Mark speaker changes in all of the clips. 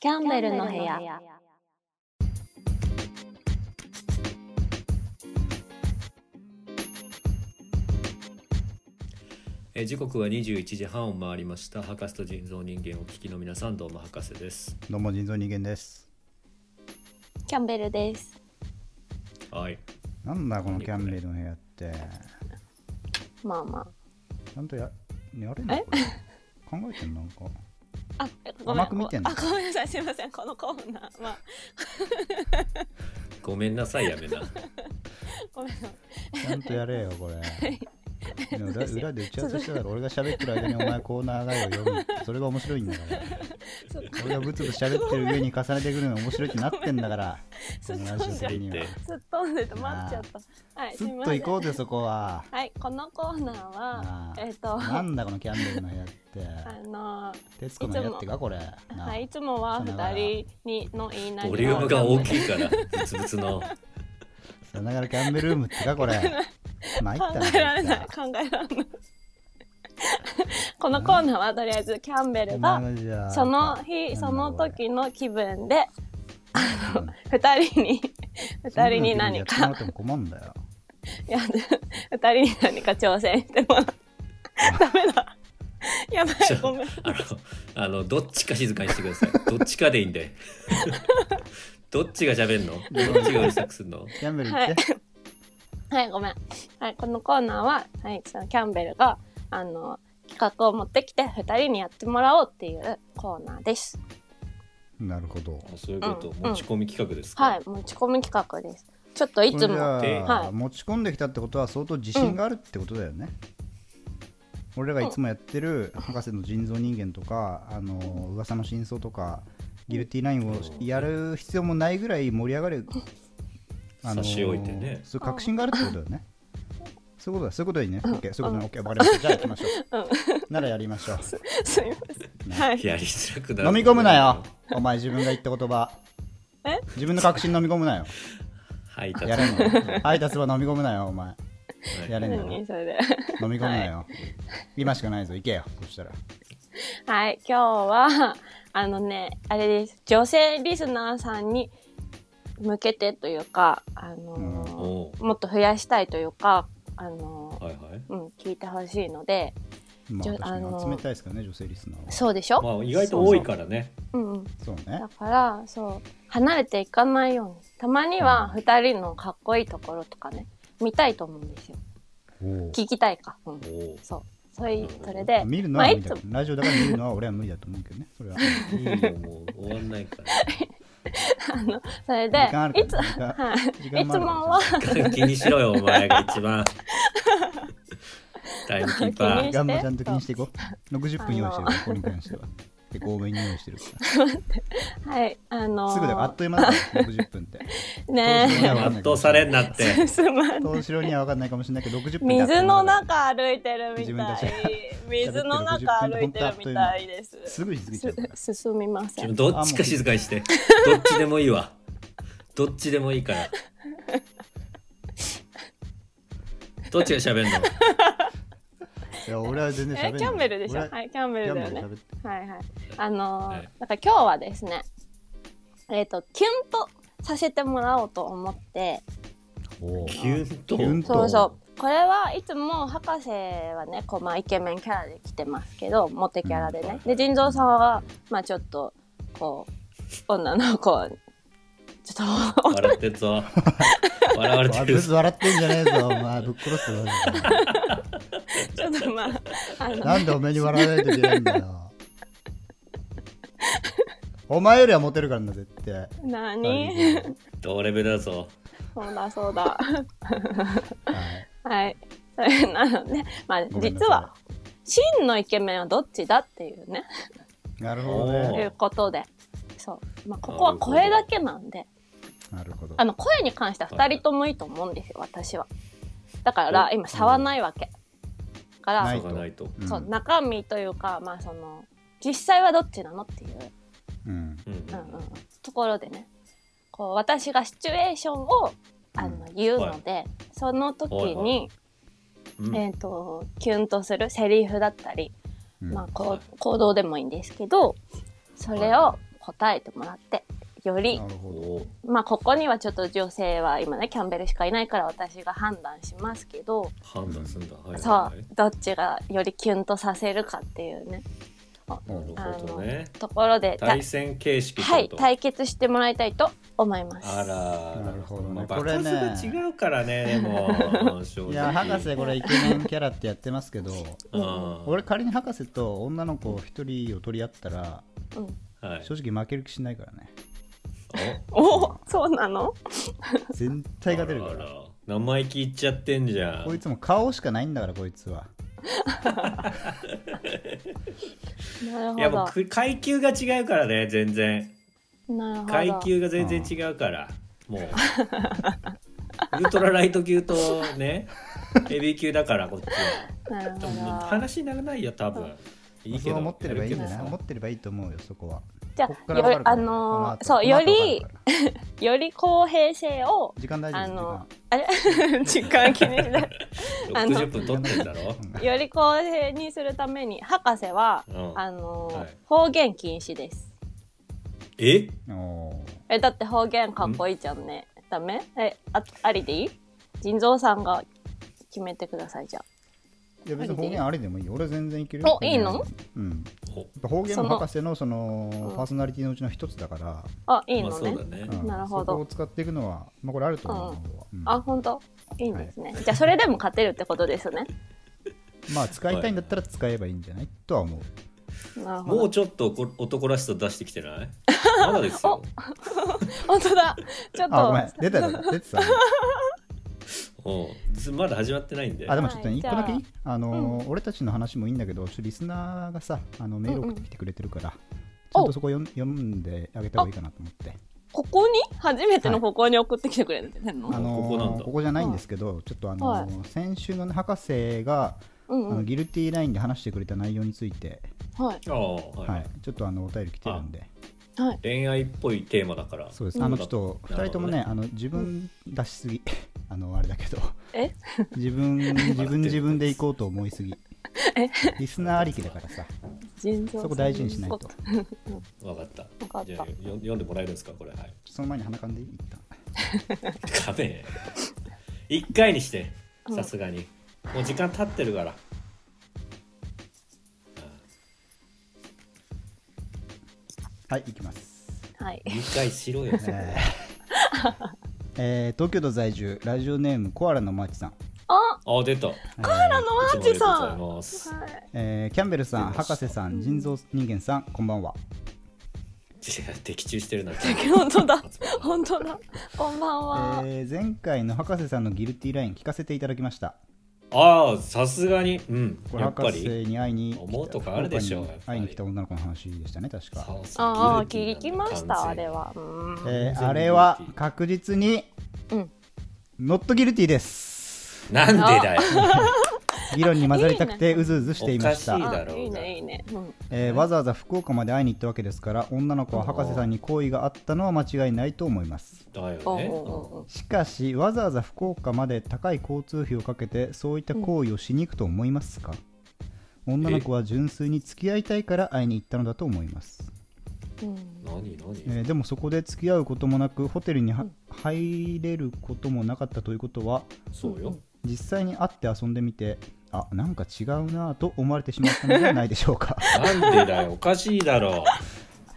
Speaker 1: キャンベルの部屋。
Speaker 2: えー時刻は21時半を回りました博士と人造人間をお聞きの皆さんどうも博士です
Speaker 3: どうも人造人間です。
Speaker 1: キャンベルです。
Speaker 2: はい
Speaker 3: なんだこのキャンベルの部屋って。
Speaker 1: まあま
Speaker 3: ちゃんとややれんのこれ考えてんのなんか。
Speaker 1: あ。あ、ごめん。
Speaker 3: 甘く見てんの
Speaker 1: あ、ごめんなさい。すみません。このコーナーは、
Speaker 2: ごめんなさいや めな
Speaker 1: ごめんなさい。
Speaker 3: ちゃんとやれよこれ。でも裏裏で打ち合わせしてたら俺が喋ってる間にお前コーナー内容読むそれが面白いんだから
Speaker 1: そっか
Speaker 3: 俺がブツブツ喋ってる上に重ねてくるの面白いってなってんだから
Speaker 1: ごめん
Speaker 3: このラジオ
Speaker 1: すっ飛
Speaker 3: 的
Speaker 2: ん
Speaker 3: に
Speaker 2: で
Speaker 3: は
Speaker 2: る
Speaker 1: すっ飛んでて待っちゃった。はい、す
Speaker 3: すっ
Speaker 1: みま
Speaker 3: と
Speaker 1: せん
Speaker 3: 行。こうぜそこは
Speaker 1: はい、このコーナーは
Speaker 3: あ、あ
Speaker 1: えっ、と、
Speaker 3: な
Speaker 1: あ
Speaker 3: んだこのキャンベルの部屋って
Speaker 1: のー、
Speaker 3: 徹子の部屋ってかこれな
Speaker 1: はい、いつもは
Speaker 3: さよなら
Speaker 1: 二人にの言いなりを
Speaker 2: ボリュームが大きいからブツブツの
Speaker 3: さよながらキャンベルームってかこれ参っ
Speaker 1: 考
Speaker 3: た
Speaker 1: えられない
Speaker 3: な
Speaker 1: 考えられないこのコーナーはとりあえずキャンベルが
Speaker 3: が
Speaker 1: その日その時の気分であの二人に二人に何
Speaker 3: や
Speaker 1: か
Speaker 3: ってもらっても困んだよ。
Speaker 1: いや二人に何か挑戦してもらうダメだやばい
Speaker 2: ちょ
Speaker 1: ごめん
Speaker 2: あのあのどっちか静かにしてくださいどっちかでいい んでどっちが喋んのどっちがうるさくすんの
Speaker 3: キャンベル行って。
Speaker 1: はいごめんはいこのコーナーははいそのキャンベルがあの企画を持ってきて二人にやってもらおうっていうコーナーです
Speaker 3: なるほど。
Speaker 2: あそういう
Speaker 1: ことうん持ち
Speaker 2: 込み企画です
Speaker 1: はい持ち込み企画ですちょっといつ
Speaker 3: これじ
Speaker 1: も
Speaker 2: で
Speaker 3: ゃあ
Speaker 1: はい
Speaker 3: 持ち込んできたってことは相当自信があるってことだよね。俺らがいつもやってる博士の人造人間とか、あの噂の真相とか、ギルティナインをやる必要もないぐらい盛り上がる、
Speaker 2: 差し置いてね
Speaker 3: そういう確信があるってことだよね。そういうことだ、そういうことでいいね。オッケー、そういうことね、オッケー、わかりました。じゃあ行きましょう。ならやりましょう。
Speaker 1: すみませんはい
Speaker 2: やりづらくなる
Speaker 3: 飲み込むなよお前自分が言った言葉
Speaker 1: え
Speaker 3: 自分の確信飲み込 むなよ
Speaker 2: はいた
Speaker 3: やれんの配達は飲み込むなよお前やれんの飲
Speaker 1: 何それで
Speaker 3: み込むなよ、今しかないぞ行けよそしたら
Speaker 1: はい、今日は、あのね、あれです。女性リスナーさんに向けてというか、あの
Speaker 2: お
Speaker 1: ーもっと増やしたいというか、あの
Speaker 2: ーはいはい
Speaker 1: ーうん、聞いてほしいので、
Speaker 3: まあ
Speaker 1: じゃ
Speaker 3: 確か
Speaker 1: あの
Speaker 3: に集めたいですからね女性リスナーは
Speaker 1: そうでしょ、
Speaker 2: まあ意外と多いからね
Speaker 1: うんうん。
Speaker 3: そうね
Speaker 1: だから、そう、離れていかないように。たまには
Speaker 3: うん
Speaker 1: 二人のかっこいいところとかね、見たいと思うんですよ。
Speaker 3: おう
Speaker 1: 聞きたいか。うん。
Speaker 2: おー
Speaker 1: そう。それ、それで、
Speaker 3: 見るの
Speaker 1: まあ
Speaker 3: は無
Speaker 1: い
Speaker 3: 理
Speaker 1: つ
Speaker 3: だ
Speaker 1: も
Speaker 3: けど、ラジオだから見るのは俺は無理だと思うけどねそ れは時
Speaker 2: いいよもう終わんないから
Speaker 1: それで
Speaker 3: 間あ、る
Speaker 1: いつ
Speaker 3: か、ら
Speaker 1: はい。
Speaker 3: 時間時
Speaker 1: い
Speaker 3: 間
Speaker 1: つ
Speaker 3: も
Speaker 1: も
Speaker 3: あるから
Speaker 1: は、
Speaker 2: 気にしろよお前が一番タイムキーパ
Speaker 1: 気に
Speaker 2: ー
Speaker 1: し
Speaker 3: 時間もちゃんと気にしていこう60分用意してるからここに関しては結構多めに用意してるから
Speaker 1: はい、あのー
Speaker 3: すぐだよあっという間だよ60分って
Speaker 1: ね
Speaker 3: 当時は
Speaker 2: 圧倒されんなって
Speaker 1: え、すまんない。
Speaker 3: 東城には分かんないかもしれないけど60分
Speaker 1: 水の
Speaker 3: だ
Speaker 1: 中歩いてるみ
Speaker 3: 自
Speaker 1: た
Speaker 3: 分たち
Speaker 1: い。水の中歩いてるみたいです。
Speaker 3: すぐに過ぎちゃうから
Speaker 1: す進みません。
Speaker 2: どっちか静かにしてどっちでもいいわどっちでもいいからどっちが喋んの
Speaker 3: いや俺は全然喋ん
Speaker 1: え、
Speaker 3: ない
Speaker 1: キャンベルでしょ。
Speaker 3: 俺
Speaker 1: はい、キャンベルだよ
Speaker 3: キ
Speaker 1: ね
Speaker 3: ャン。ベル喋って
Speaker 1: はいはい。あのー
Speaker 2: はい
Speaker 1: なんか今日はですね、えっ、とキュンとさせてもらおうと思って、
Speaker 3: おう
Speaker 2: キュンと
Speaker 3: キュンと
Speaker 1: そうそう。これはいつも博士はね、こうまあイケメンキャラで来てますけど、モテキャラで
Speaker 2: うんはい
Speaker 1: ね
Speaker 2: は。
Speaker 1: で、
Speaker 2: い
Speaker 1: 人造さんはまあちょっとこう女の子をちょっと
Speaker 2: 笑ってるぞ笑われて
Speaker 3: わブ
Speaker 2: る
Speaker 3: ス笑ってんじゃねえぞお前ぶっ殺すぞ
Speaker 1: ちょっとまあ、あの、
Speaker 3: なんでお前に笑わないといけないんだよお前よりはモテるからな絶対
Speaker 1: 何
Speaker 2: 同レベルだぞ
Speaker 1: そうだそうだ。
Speaker 3: はい
Speaker 1: はい。それなので、まあ、
Speaker 3: ごめん
Speaker 1: 実
Speaker 3: なさい
Speaker 1: は、真のイケメンはどっちだっていうね、
Speaker 3: なるほ
Speaker 2: お
Speaker 3: ど
Speaker 1: い
Speaker 2: ー
Speaker 3: ね
Speaker 1: うことで。そう。まあ、ここは声だけなんで、
Speaker 3: なるほど
Speaker 1: あの、声に関しては2人ともいいと思うんですよ、私は。だから、今、差はないわけ。だか
Speaker 3: な
Speaker 1: ら
Speaker 3: い、
Speaker 2: 差がないと
Speaker 3: うん
Speaker 1: そう、中身というか、まあ、その、実際はどっちなのっていう。
Speaker 3: うん
Speaker 2: うんうん
Speaker 1: うんうんところでねこう私がシチュエーションをあの
Speaker 3: う
Speaker 1: 言うので、その時に、
Speaker 2: はいはうん
Speaker 1: えー、とキュンとするセリフだったり、
Speaker 3: うん
Speaker 1: まあ、
Speaker 2: は
Speaker 1: こ
Speaker 2: いう
Speaker 1: 行動でもいいんですけどそれ
Speaker 2: は
Speaker 1: を答えてもらって、より
Speaker 3: な、るほど
Speaker 2: おー
Speaker 1: まあ、ここにはちょっと女性は今ね、キャンベルしかいないから私が判断しますけど、
Speaker 2: 判断するんだ。はいはい
Speaker 1: そ
Speaker 2: は
Speaker 1: う、どっちがよりキュンとさせるかっていうね、
Speaker 2: い。なるほどね。
Speaker 1: ところで、た
Speaker 2: 対戦形式って
Speaker 1: はい、
Speaker 2: こと
Speaker 1: 対決してもらいたいと思います。
Speaker 2: あらー
Speaker 3: なるほどね
Speaker 2: まあ
Speaker 3: これね
Speaker 2: 場数が違うからね でも正直
Speaker 3: いや博士これイケメンキャラってやってますけど
Speaker 2: うん
Speaker 3: 俺仮に博士と女の子一人を取り合ったら
Speaker 1: うん、
Speaker 2: はい
Speaker 3: 正直負ける気しないからね
Speaker 1: おそうなの
Speaker 3: 全体が出るか
Speaker 2: あ
Speaker 3: ら
Speaker 2: ら生意気言っちゃってんじゃん
Speaker 3: こいつも顔しかないんだからこいつは
Speaker 1: なる
Speaker 2: い
Speaker 1: ほ
Speaker 2: やもうく階級が違うからね全然
Speaker 1: ど。なるほど。
Speaker 2: 階級が全然違うからもうウルトラライト級と ねヘビー級だからこっち
Speaker 1: なるほど。
Speaker 2: は話にならないよ多分いいけ
Speaker 3: そう
Speaker 2: ど
Speaker 3: 思ってればいいんじゃ
Speaker 2: や
Speaker 3: な
Speaker 2: る
Speaker 3: い
Speaker 2: け
Speaker 3: 思
Speaker 2: ど
Speaker 3: っ
Speaker 2: さ
Speaker 3: てればいいと思うよそこは
Speaker 1: じゃ
Speaker 3: こっ
Speaker 1: あ、
Speaker 3: から分か
Speaker 1: よ
Speaker 3: るから
Speaker 1: あ
Speaker 3: この
Speaker 1: のー
Speaker 3: 後
Speaker 1: そう、
Speaker 3: この
Speaker 1: よ
Speaker 3: 後
Speaker 1: り
Speaker 3: 分、かるから
Speaker 1: より公平性を、
Speaker 3: 時間大丈
Speaker 1: あ
Speaker 3: 夫時
Speaker 1: の
Speaker 3: 間、
Speaker 1: あれ 時間気にしない。あの
Speaker 2: 60分取ってんだろ
Speaker 1: より公平にするために、博士は、
Speaker 2: うん
Speaker 1: あのー
Speaker 2: はい
Speaker 1: 方言禁止です。
Speaker 2: え
Speaker 3: おー
Speaker 1: え、だって方言かっこいいじゃんね。ダメえ、あ、ありでいい人造さんが決めてください、じゃ
Speaker 3: いや別に方言ありでもいいよ俺全然いける
Speaker 1: おいいの
Speaker 3: うん
Speaker 2: お
Speaker 3: やっぱ方言
Speaker 1: そ
Speaker 3: も
Speaker 1: の
Speaker 3: 博士のその
Speaker 1: うん
Speaker 3: パーソナリティのうちの一つだから、
Speaker 1: あ。あ、いいの
Speaker 2: まあ
Speaker 1: ね。
Speaker 2: そうだね
Speaker 3: うん
Speaker 1: なるほど
Speaker 3: そこを使っていくのは、まあ、これあると思う、うん
Speaker 1: あ、本当いいんですね。じゃあ、それでも勝てるってことですね。
Speaker 3: まあ使いたいんだったら使えばいいんじゃないとは思う
Speaker 1: なるほど。
Speaker 2: もうちょっとこ男らしさ出してき てないまだですよ。
Speaker 1: 本当だ。ちょっ
Speaker 3: あごめ
Speaker 1: と
Speaker 3: ん、出たよ出てた
Speaker 2: うんずまだ始まってないんで。
Speaker 3: あでもちょっと
Speaker 1: は
Speaker 3: ね
Speaker 1: い
Speaker 3: 一個だけいい、
Speaker 1: じ
Speaker 3: あのー俺たちの話もいいんだけどちょっとリスナーがさあのメール送ってきてくれてるから、ちょっとそこ読ん読んであげた方がいいかなと思って
Speaker 1: ここに初めてのここに送ってきてくれるの、
Speaker 3: あのー
Speaker 2: ここなんだ
Speaker 3: じゃないんですけど、ちょっとあのー先週の、ね、博士が、
Speaker 1: うん
Speaker 3: あ
Speaker 1: う
Speaker 3: の
Speaker 1: ん。
Speaker 3: ギルティーラインで話してくれた内容について、
Speaker 1: はい。
Speaker 2: ああはい
Speaker 3: はい、ちょっとあのお便り来てるんで
Speaker 1: はい。
Speaker 2: 恋愛っぽいテーマだから。
Speaker 3: そうです、
Speaker 1: うん
Speaker 3: あのちょっと2
Speaker 2: なる
Speaker 3: 人
Speaker 2: ほ
Speaker 3: と
Speaker 2: ど
Speaker 3: も
Speaker 2: ね
Speaker 3: ねあの自分出しすぎ あのあれだけど
Speaker 1: え
Speaker 3: 自分自分自分で行こうと思いす ぎリスナーありきだからさ
Speaker 1: 腎臓
Speaker 3: そこ大事にしないと
Speaker 2: わかった。
Speaker 1: わかった
Speaker 2: じゃあよ読んでもらえるんですかこれ。はい。
Speaker 3: その前に鼻かんでいい一旦
Speaker 2: ダメ。一回にして
Speaker 1: うん
Speaker 2: さすがに。もう時間経ってるから。
Speaker 3: はい行きます、
Speaker 1: はい。
Speaker 2: 理解 しろよ。
Speaker 3: えーえー東京都在住ラジオネームコアラのマーチさん、
Speaker 1: あ、
Speaker 2: あ出た。
Speaker 3: コア
Speaker 1: あのマーチさ
Speaker 2: いつ
Speaker 1: ん。
Speaker 2: もありがと
Speaker 1: は
Speaker 2: うございます。
Speaker 1: い。
Speaker 3: えーキャンベルさん博士さん人造人間さんこんばんは
Speaker 2: 違う的中してるな。
Speaker 1: 本当だ。本当だ。こんばんは。
Speaker 3: えー前回の博士さんのギルティーライン聞かせていただきました
Speaker 2: ああさすがに。うん。
Speaker 3: これ
Speaker 2: やっ
Speaker 3: 博
Speaker 2: ぱ
Speaker 3: 士
Speaker 2: り。
Speaker 3: に会いに来た
Speaker 2: 思うとこあるでしょう
Speaker 3: 福岡
Speaker 2: や
Speaker 3: に
Speaker 2: っぱり
Speaker 3: 会いに来た女の子の話でしたね確か
Speaker 2: そうそう
Speaker 1: ああ、
Speaker 2: ギル
Speaker 1: 聞
Speaker 2: ティ
Speaker 1: き
Speaker 2: ーなん
Speaker 1: ま
Speaker 2: だ
Speaker 1: した、あ
Speaker 2: 完全
Speaker 1: れ
Speaker 2: に
Speaker 1: は。うん。
Speaker 3: え
Speaker 2: 全
Speaker 3: ー
Speaker 2: 部
Speaker 3: あれは
Speaker 2: ギルティ
Speaker 3: 確実に
Speaker 1: うん。
Speaker 3: ノットギルティです
Speaker 2: なんでだよ。
Speaker 3: 議論に混ざりたくてうずうずしていました
Speaker 2: いい
Speaker 1: あ
Speaker 2: だろうが
Speaker 1: いいね、いいね。うん。
Speaker 3: えーわざわざ福岡まで会いに行ったわけですから女の子は博士さんに好意があったのは間違いないと思います
Speaker 2: だ
Speaker 1: おう
Speaker 2: よね。
Speaker 1: おうおう
Speaker 3: しかしわざわざ福岡まで高い交通費をかけてそういった行為をしに行くと思いますか、女の子は純粋に付き合いたいから会いに行ったのだと思います
Speaker 1: うん。
Speaker 2: 何何、
Speaker 3: えーでもそこで付き合うこともなくホテルには入れることもなかったということは
Speaker 2: そうよ。
Speaker 3: 実際に会って遊んでみてあなんか違うなぁと思われてしまったのではないでしょうか、
Speaker 2: なんでだよ。 おかしいだろ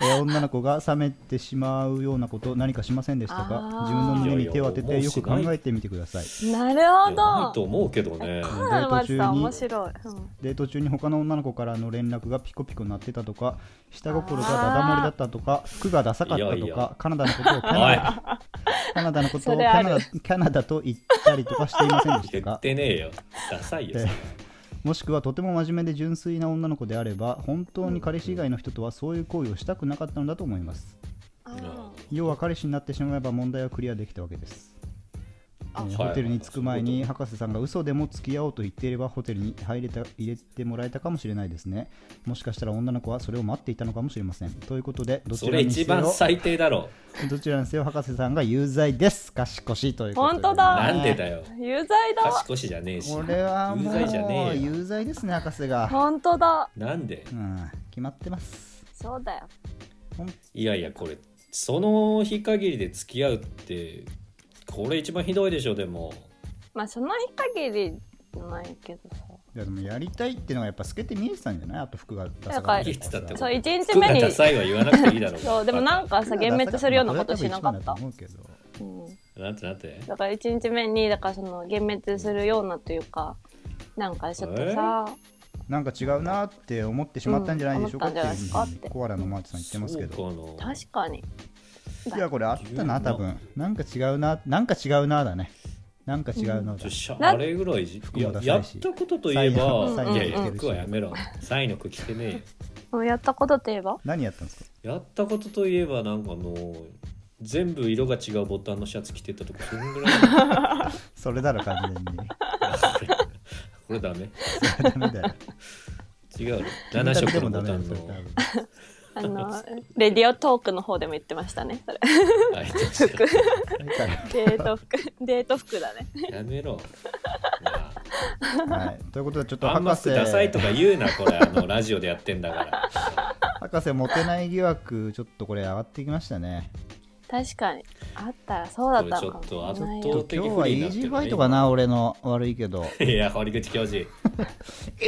Speaker 3: えー女の子が冷めてしまうようなこと何かしませんでしたか
Speaker 1: あー
Speaker 3: 自分の胸に手を当て
Speaker 2: いや
Speaker 3: て
Speaker 2: いや
Speaker 3: よく考えてみてください
Speaker 1: なる
Speaker 2: う。いや
Speaker 1: ほ
Speaker 2: ないと
Speaker 1: ど。
Speaker 2: 思うけどね。
Speaker 1: コアラのマーチさん、
Speaker 3: デ
Speaker 1: 面
Speaker 3: ート中
Speaker 1: 白い。うん
Speaker 3: デート中に他の女の子からの連絡がピコピコ鳴ってたとか下心がダダ漏れだったとか服がダサかったとか
Speaker 2: いやいや
Speaker 3: カナダのことをキャ
Speaker 2: おい
Speaker 3: ナ、ダカナダのことを
Speaker 1: そ
Speaker 3: キ
Speaker 1: れあ
Speaker 3: ャ
Speaker 1: る
Speaker 3: ナダキャナダと言ったりとかしていませんで した
Speaker 2: 言
Speaker 3: か
Speaker 2: ってねえよ。ダサいよ。そ
Speaker 3: え
Speaker 2: れ
Speaker 3: もしくはとても真面目で純粋な女の子であれば本当に彼氏以外の人とはそういう行為をしたくなかったのだと思います
Speaker 1: あ
Speaker 2: うん
Speaker 1: ー
Speaker 3: 要は彼氏になってしまえば問題はクリアできたわけです、え
Speaker 1: あ
Speaker 3: ー
Speaker 2: はい
Speaker 3: ホテルに着く前に博士さんが嘘でも付き合おうと言っていればホテルに入れた入れてもらえたかもしれないですねもしかしたら女の子はそれを待っていたのかもしれませんということでどち
Speaker 2: そ
Speaker 3: ら
Speaker 2: れ
Speaker 3: にせ
Speaker 2: 一
Speaker 3: よ
Speaker 2: 番最低だろ。
Speaker 3: どちらにせよ博士さんが有罪です賢しということで
Speaker 1: 本当だ
Speaker 2: なんでだよ。
Speaker 1: 有罪だわ。
Speaker 2: 賢しじゃねえし。
Speaker 3: これはも
Speaker 2: 有罪じゃね
Speaker 3: う
Speaker 2: えよ。
Speaker 3: 有罪ですね博士が
Speaker 1: 本当だ。
Speaker 2: なんで
Speaker 3: うん決まってます
Speaker 1: そうだよ。
Speaker 3: ほん
Speaker 2: いやいやこれその日限りで付き合うってこれ一番ひどいでしょでも
Speaker 1: まあその日限りじゃないけどさ
Speaker 3: いやでもやりたいっていうのがやっぱ透けて見えてたんじゃないあと服がダサ
Speaker 1: なんか
Speaker 3: か
Speaker 1: 言
Speaker 2: ってたってこと
Speaker 1: そう1日
Speaker 2: 服
Speaker 1: 目
Speaker 2: が
Speaker 1: に
Speaker 2: ダサいは言わなくていいだろ う
Speaker 1: そうでもなんかさ幻滅するようなことしなかった、
Speaker 3: 思うけど
Speaker 1: うん、
Speaker 2: なんてなんて
Speaker 1: だから1日目にだからその幻滅するようなというかなんかちょっとさ、
Speaker 3: なんか違うなって思ってしまったんじゃないでしょうかっていう
Speaker 1: うん思ったんじゃないですかって
Speaker 3: コアラのマーチさん言ってますけど
Speaker 2: そうかな
Speaker 1: 確かに
Speaker 3: いやこれあったな多分なんか違うななんか違うなだねなんか違うな
Speaker 2: ち
Speaker 3: だ
Speaker 2: ょ、しゃ
Speaker 1: な
Speaker 2: あれぐらいじ
Speaker 3: 服
Speaker 2: い
Speaker 3: も
Speaker 2: や
Speaker 3: ダサいし
Speaker 2: やったことといえば
Speaker 1: サイ
Speaker 2: い
Speaker 1: の
Speaker 2: やいや
Speaker 1: うんうん
Speaker 2: 服はやめろサイの服着てね
Speaker 1: もうやったことといえば
Speaker 3: 何やったんですか
Speaker 2: えよやったことといえばなんかあの全部色が違うボタンのシャツ着てたとかそんぐらい
Speaker 3: それだろ完全に
Speaker 2: これダメ
Speaker 3: それダメだよ
Speaker 2: 違う7色のボタン
Speaker 3: それ
Speaker 2: の
Speaker 3: 多分
Speaker 1: あ のレディオトークの方でも言ってましたねそれ
Speaker 2: あい確か
Speaker 3: だから
Speaker 1: デート服 デート服だね
Speaker 2: にやめろな
Speaker 3: はい、ということでちょっと
Speaker 2: ああんま
Speaker 3: 博士
Speaker 2: 服ダサいとか言うなこれあのラジオでやってんだ から
Speaker 3: 博士モテない疑惑ちょっとこれ上がってきましたね
Speaker 1: 確かにあったらそうだったのか
Speaker 2: これちょっと
Speaker 1: もしれないよ
Speaker 2: 圧倒
Speaker 3: 今
Speaker 2: 的
Speaker 3: 日はイージーファイトかな俺の悪いけど
Speaker 2: いや堀口教授
Speaker 3: イ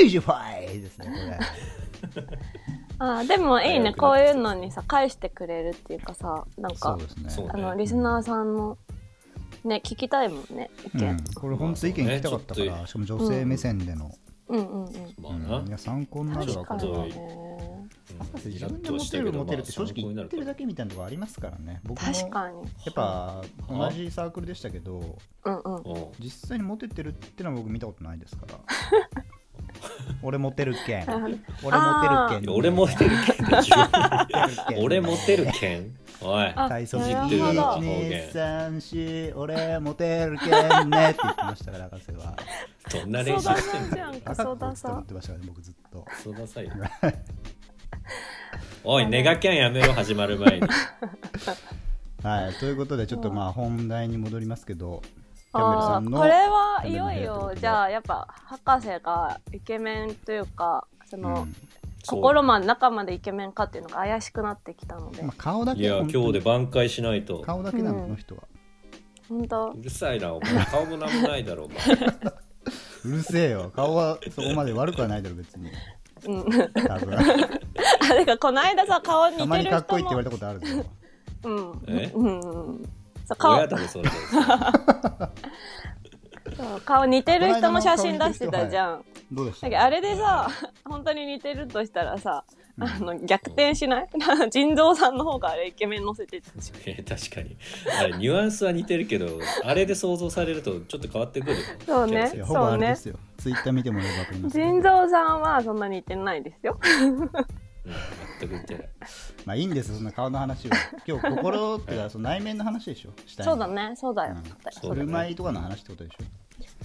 Speaker 3: ージーファイですねこれ
Speaker 1: あーでもいいね
Speaker 2: 早く
Speaker 1: こういうのにさ返してくれるっていうかさなん
Speaker 3: そ
Speaker 1: か
Speaker 3: うですね
Speaker 2: そう
Speaker 1: あのリスナーさんのね聞きたいもんね意
Speaker 3: う
Speaker 1: 見
Speaker 3: ん、これ本当意見聞きたかったか
Speaker 2: まあ
Speaker 3: らしかも女性目線での、
Speaker 1: うんうんうん
Speaker 2: ま
Speaker 3: う
Speaker 2: あ
Speaker 3: ん
Speaker 2: な、
Speaker 3: いや参考になるわ
Speaker 1: 確
Speaker 3: こ
Speaker 1: か
Speaker 3: れは
Speaker 1: に
Speaker 2: ち
Speaker 1: ね
Speaker 3: 博士
Speaker 2: イ
Speaker 3: 自
Speaker 2: ラッ
Speaker 3: 分で
Speaker 2: と
Speaker 3: モ
Speaker 2: し
Speaker 3: テ
Speaker 2: たけ
Speaker 3: る
Speaker 2: ど
Speaker 3: モテるって正
Speaker 2: まあ
Speaker 3: 直言ってるだけみたいなとこありますからね僕も
Speaker 1: 確かに
Speaker 3: やっぱ同じサークルでしたけど
Speaker 1: うんうん
Speaker 2: 参考になると
Speaker 3: 実際にモテてるってのは僕見たことないですから俺モテるけん
Speaker 1: あ
Speaker 3: 俺モテる
Speaker 2: うんい
Speaker 3: け
Speaker 2: や
Speaker 3: ん
Speaker 2: 俺モテるけんって自分で
Speaker 3: けん
Speaker 2: 俺モテるけんおい
Speaker 1: あ
Speaker 3: 体操
Speaker 1: な
Speaker 3: 時
Speaker 1: るほ
Speaker 3: 期
Speaker 1: ど
Speaker 3: 1234俺モテるけんねって言ってましたから博士は
Speaker 2: どんな練
Speaker 1: 相
Speaker 2: 習
Speaker 1: 談
Speaker 2: してん
Speaker 1: じ
Speaker 2: だ
Speaker 1: ゃ
Speaker 2: よ
Speaker 1: んか
Speaker 3: 赤
Speaker 1: 相
Speaker 3: く
Speaker 1: 談
Speaker 3: 僕と思
Speaker 1: さ
Speaker 3: ってましたからね僕ずっと
Speaker 2: クソダサいよ おいネガキャンやめろ始まる前に
Speaker 3: はいということでちょっとまあ本題に戻りますけどキャンベルさ
Speaker 1: あ
Speaker 3: ん
Speaker 1: ー
Speaker 3: の
Speaker 1: これはいよい
Speaker 3: キャンベルの
Speaker 1: よ
Speaker 3: 部屋ってことで
Speaker 1: じゃあやっぱ博士がイケメンというかその、
Speaker 3: うん
Speaker 1: 心まで中までイケメンかっていうのが怪しくなってきたので
Speaker 3: まあ、顔だ
Speaker 2: い
Speaker 3: け
Speaker 2: や
Speaker 3: 本当
Speaker 2: 今
Speaker 3: に
Speaker 2: 日で挽回しないと
Speaker 3: 顔だけなの
Speaker 1: うん
Speaker 3: この人は
Speaker 1: 本当
Speaker 2: うるさいなお前顔もなんもないだろお前
Speaker 3: うるせ えよ顔はそこまで悪くはないだろ別に
Speaker 1: うん
Speaker 3: 多
Speaker 1: あ
Speaker 3: 分
Speaker 1: れかこの間さ顔似て
Speaker 3: たま
Speaker 1: る
Speaker 3: に
Speaker 1: 人も
Speaker 3: かっこいいって言われたことあるぞ
Speaker 1: うん
Speaker 2: え
Speaker 1: うんうんそう 顔
Speaker 2: 親だろそれ
Speaker 1: そう顔似てる人の写真出してたじゃん
Speaker 3: どうでし
Speaker 1: だ
Speaker 3: た
Speaker 1: けどあれでさ本当に似てるとしたらさあの逆転しない 腎臓さんの方があれイケメン乗せてたじ
Speaker 2: え 確かにあれニュアンスは似てるけどあれで想像されるとちょっと変わってくるよ
Speaker 1: そうね
Speaker 3: い
Speaker 2: キャ
Speaker 3: や
Speaker 2: ラ
Speaker 3: ほぼあれですよ、ツイッター見てもらえば分かり
Speaker 1: ゃん
Speaker 3: ますけど
Speaker 1: 腎臓さんはそんな似てないですよ
Speaker 2: 性うん全く似てない
Speaker 3: まあいいんですそんな顔の話は今日 心ってかその内面の話でしょしたい
Speaker 1: そうだねそうだよ、
Speaker 3: うん
Speaker 2: そう
Speaker 3: 振る舞いとかの話ってことでしょ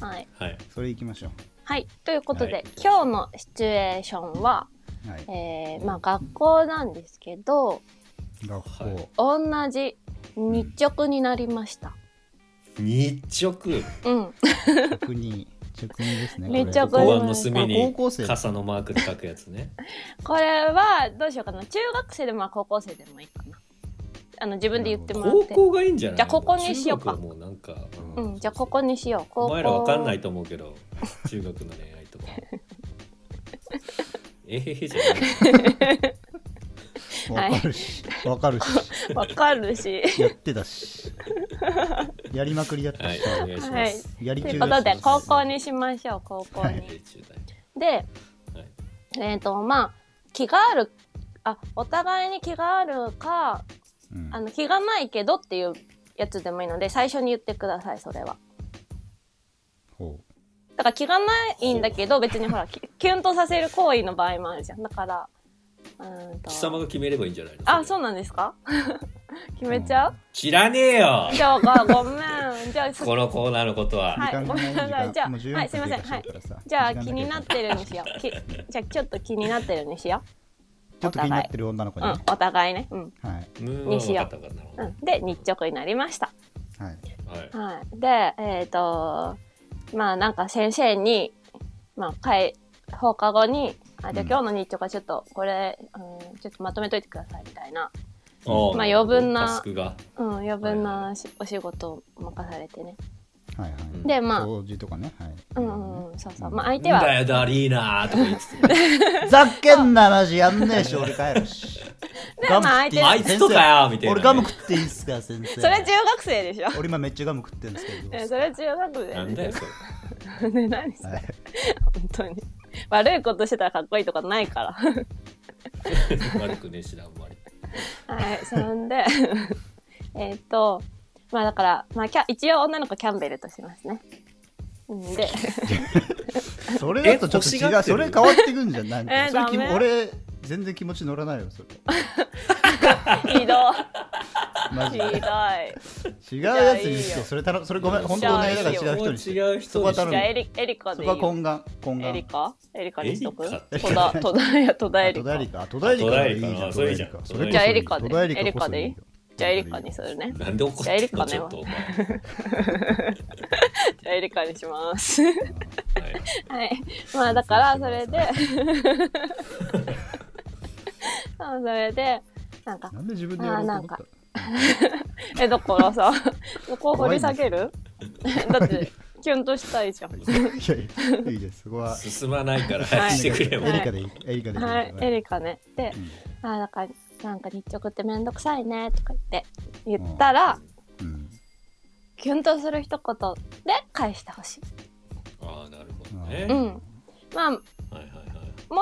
Speaker 1: はい、
Speaker 2: はい
Speaker 3: それいきましょ
Speaker 1: はい、ということで、
Speaker 2: はい
Speaker 1: 今日のシチュエーションは、
Speaker 3: うはい
Speaker 1: えーまあ、学校なんですけど
Speaker 3: 学校、
Speaker 2: はい
Speaker 1: 同じ日直になりました。
Speaker 2: 日直
Speaker 1: うん、
Speaker 3: 直に直にですね
Speaker 1: めっちゃ
Speaker 3: これ
Speaker 2: 公安の隅
Speaker 3: 高
Speaker 2: に
Speaker 3: 校生
Speaker 2: 傘のマークで書くやつね
Speaker 1: これはどうしようかな中学生でもまあ高校生でもいいかなあの自分で言ってもらっ
Speaker 2: 高
Speaker 1: て
Speaker 2: 校がいいんじゃない
Speaker 1: じゃあここにしようか
Speaker 2: 中学はもうなんか、
Speaker 1: うん、じゃあここにしよう高
Speaker 2: お
Speaker 1: 校
Speaker 2: 前らわかんないと思うけど中学の恋愛とか えへへじゃない
Speaker 1: はい
Speaker 3: わかるしわかるし
Speaker 1: わかる し
Speaker 3: やってたしやりまくりだった
Speaker 2: はい
Speaker 3: し、
Speaker 2: お願いし
Speaker 1: は
Speaker 2: ま
Speaker 1: い
Speaker 2: す、
Speaker 3: やり
Speaker 1: と
Speaker 3: 中
Speaker 1: いうこ
Speaker 3: だし
Speaker 1: とで高校にしましょう高校
Speaker 2: はい、
Speaker 1: に、
Speaker 2: 中
Speaker 1: で
Speaker 2: 大はい
Speaker 1: えっ、とまあ気があるあお互いに気があるか
Speaker 3: うん
Speaker 1: あの気がないけどっていうやつでもいいので最初に言ってくださいそれは
Speaker 3: ほう
Speaker 1: だから気がないんだけど別にほらきキュンとさせる行為の場合もあるじゃんだからうーんと
Speaker 2: 貴様が決めればいいんじゃないの
Speaker 1: あそう
Speaker 2: う
Speaker 1: なんですか 決めちゃう、
Speaker 2: 知らねえ よ
Speaker 1: じゃあがごめんじゃあす
Speaker 2: このコーナーのことは、
Speaker 1: はい
Speaker 3: 時間がない
Speaker 1: は
Speaker 3: 時間
Speaker 1: いじゃあ
Speaker 3: もう14
Speaker 1: はいすいません
Speaker 3: 分経過してるからさ
Speaker 1: じゃあ
Speaker 3: 時間だ
Speaker 1: 気
Speaker 3: け
Speaker 1: になってるにしよう きじゃあちょっと気になってるにしよ
Speaker 3: ちょっと気になってる女の子
Speaker 1: う、
Speaker 3: に
Speaker 1: うん
Speaker 3: ね、、
Speaker 1: お互いねうん、
Speaker 3: はい
Speaker 2: ムーン
Speaker 1: にしよう
Speaker 2: わかったわかったなるほ
Speaker 1: う
Speaker 2: ど
Speaker 1: ん、で日直になりました
Speaker 3: はい
Speaker 2: はい
Speaker 1: はい、でえっ、とまあなんか先生に、まあ、帰放課後にあ「じゃあ
Speaker 3: うん
Speaker 1: 今日の日直はちょっとこれ、うんちょっとまとめといてください」みたいなまあ余分な
Speaker 2: タスクが。
Speaker 1: うん、余分なしお仕事を任されてね。
Speaker 3: はいはい
Speaker 2: うん
Speaker 1: で、まあ、
Speaker 3: 掃除とかね、はい、
Speaker 1: うん、うん、そうそう。まあ
Speaker 2: ん
Speaker 1: 相手は、
Speaker 2: だよ、ダリーナーとか言ってて。
Speaker 3: ざっけんな話やんねえし俺帰るし
Speaker 1: で
Speaker 3: ガム
Speaker 1: まあ
Speaker 3: 食っ
Speaker 1: 相
Speaker 3: て
Speaker 1: 手は
Speaker 2: あいつとかよみたいなね
Speaker 3: 俺ガム食っていいっすか先生
Speaker 1: それ中学生でしょ。
Speaker 3: 俺今めっちゃガム食ってるんですけどどうっ
Speaker 1: え
Speaker 3: す
Speaker 1: そ
Speaker 3: か
Speaker 1: れ中学生でしょ
Speaker 2: なん だよ、それ。
Speaker 1: ね、何それ、
Speaker 3: はい
Speaker 1: 本当に。悪いことしてたらかっこいいとかないから。
Speaker 2: 悪くねえしな、あんまり。
Speaker 1: はい、そんで、 えっと、まあだから、まあキャ一応女の子キャンベルとしますね。うんで、
Speaker 3: それだとちょ
Speaker 2: え
Speaker 3: っ
Speaker 2: 欲しが
Speaker 3: と違
Speaker 2: って
Speaker 3: う
Speaker 2: る
Speaker 3: それ変わってくんじゃんなんか、
Speaker 1: えー
Speaker 3: それき
Speaker 1: ダメ
Speaker 3: 俺全然気持ち乗らないよそれ
Speaker 1: ひど
Speaker 3: マ
Speaker 1: い、ひ
Speaker 3: ジ
Speaker 1: ど
Speaker 3: で
Speaker 1: い。じ
Speaker 3: 違うやつ
Speaker 1: いやい
Speaker 3: にし
Speaker 1: い
Speaker 3: て
Speaker 1: よ
Speaker 3: それたらそれごめん
Speaker 2: うん
Speaker 3: 本当お願いだから違う人にして
Speaker 2: 違う人にして
Speaker 3: そこは頼む
Speaker 1: ゃあエリ、エリカ
Speaker 3: そ
Speaker 1: でい
Speaker 3: こ
Speaker 1: い
Speaker 3: は
Speaker 1: よ。
Speaker 3: 懇願懇
Speaker 1: エリ
Speaker 3: 願
Speaker 1: カエリカにしとく
Speaker 2: エリカって
Speaker 1: 戸田、戸田や、戸田エリ
Speaker 3: あ戸田
Speaker 1: カ
Speaker 3: エリ。カあ戸田エリカでいいじゃ
Speaker 2: あ
Speaker 3: ん
Speaker 2: 戸田エリカ
Speaker 3: 戸田
Speaker 1: じゃあ
Speaker 3: エ
Speaker 1: エ
Speaker 3: リ
Speaker 1: リカ
Speaker 3: カそ
Speaker 1: で
Speaker 3: れこそいいよ戸田エ
Speaker 1: エリカで
Speaker 3: リカこそいいよ
Speaker 1: いいじゃあエリカにするね。
Speaker 2: なんで怒って
Speaker 1: じゃあエリ
Speaker 2: ん
Speaker 1: カ
Speaker 2: の
Speaker 1: ね
Speaker 2: ちょっとお前。
Speaker 1: じゃあエリカにします。
Speaker 2: はい
Speaker 1: はい。まあだから、それで、そうそれで、なんか、
Speaker 3: なんで自分でやろうと思った
Speaker 1: あえ、だからさ、そこを掘り下げる だって、キュンとしたいじゃん。
Speaker 3: いやいやいいですそこは
Speaker 2: 進まないか
Speaker 1: は
Speaker 2: ら早
Speaker 1: い
Speaker 2: くしてくれよ。
Speaker 3: エリカでいいエリカでいい
Speaker 1: はい、エリカね。で
Speaker 3: う、ん
Speaker 1: あー、だから、なんか日直ってめんどくさいね、とか言って、言ったら、
Speaker 3: うん
Speaker 1: キュンとする一言で返してほしい。
Speaker 2: ああ、なるほどね。
Speaker 1: う
Speaker 2: は
Speaker 1: ん。まあ、もう
Speaker 2: いはいはい。
Speaker 1: 一、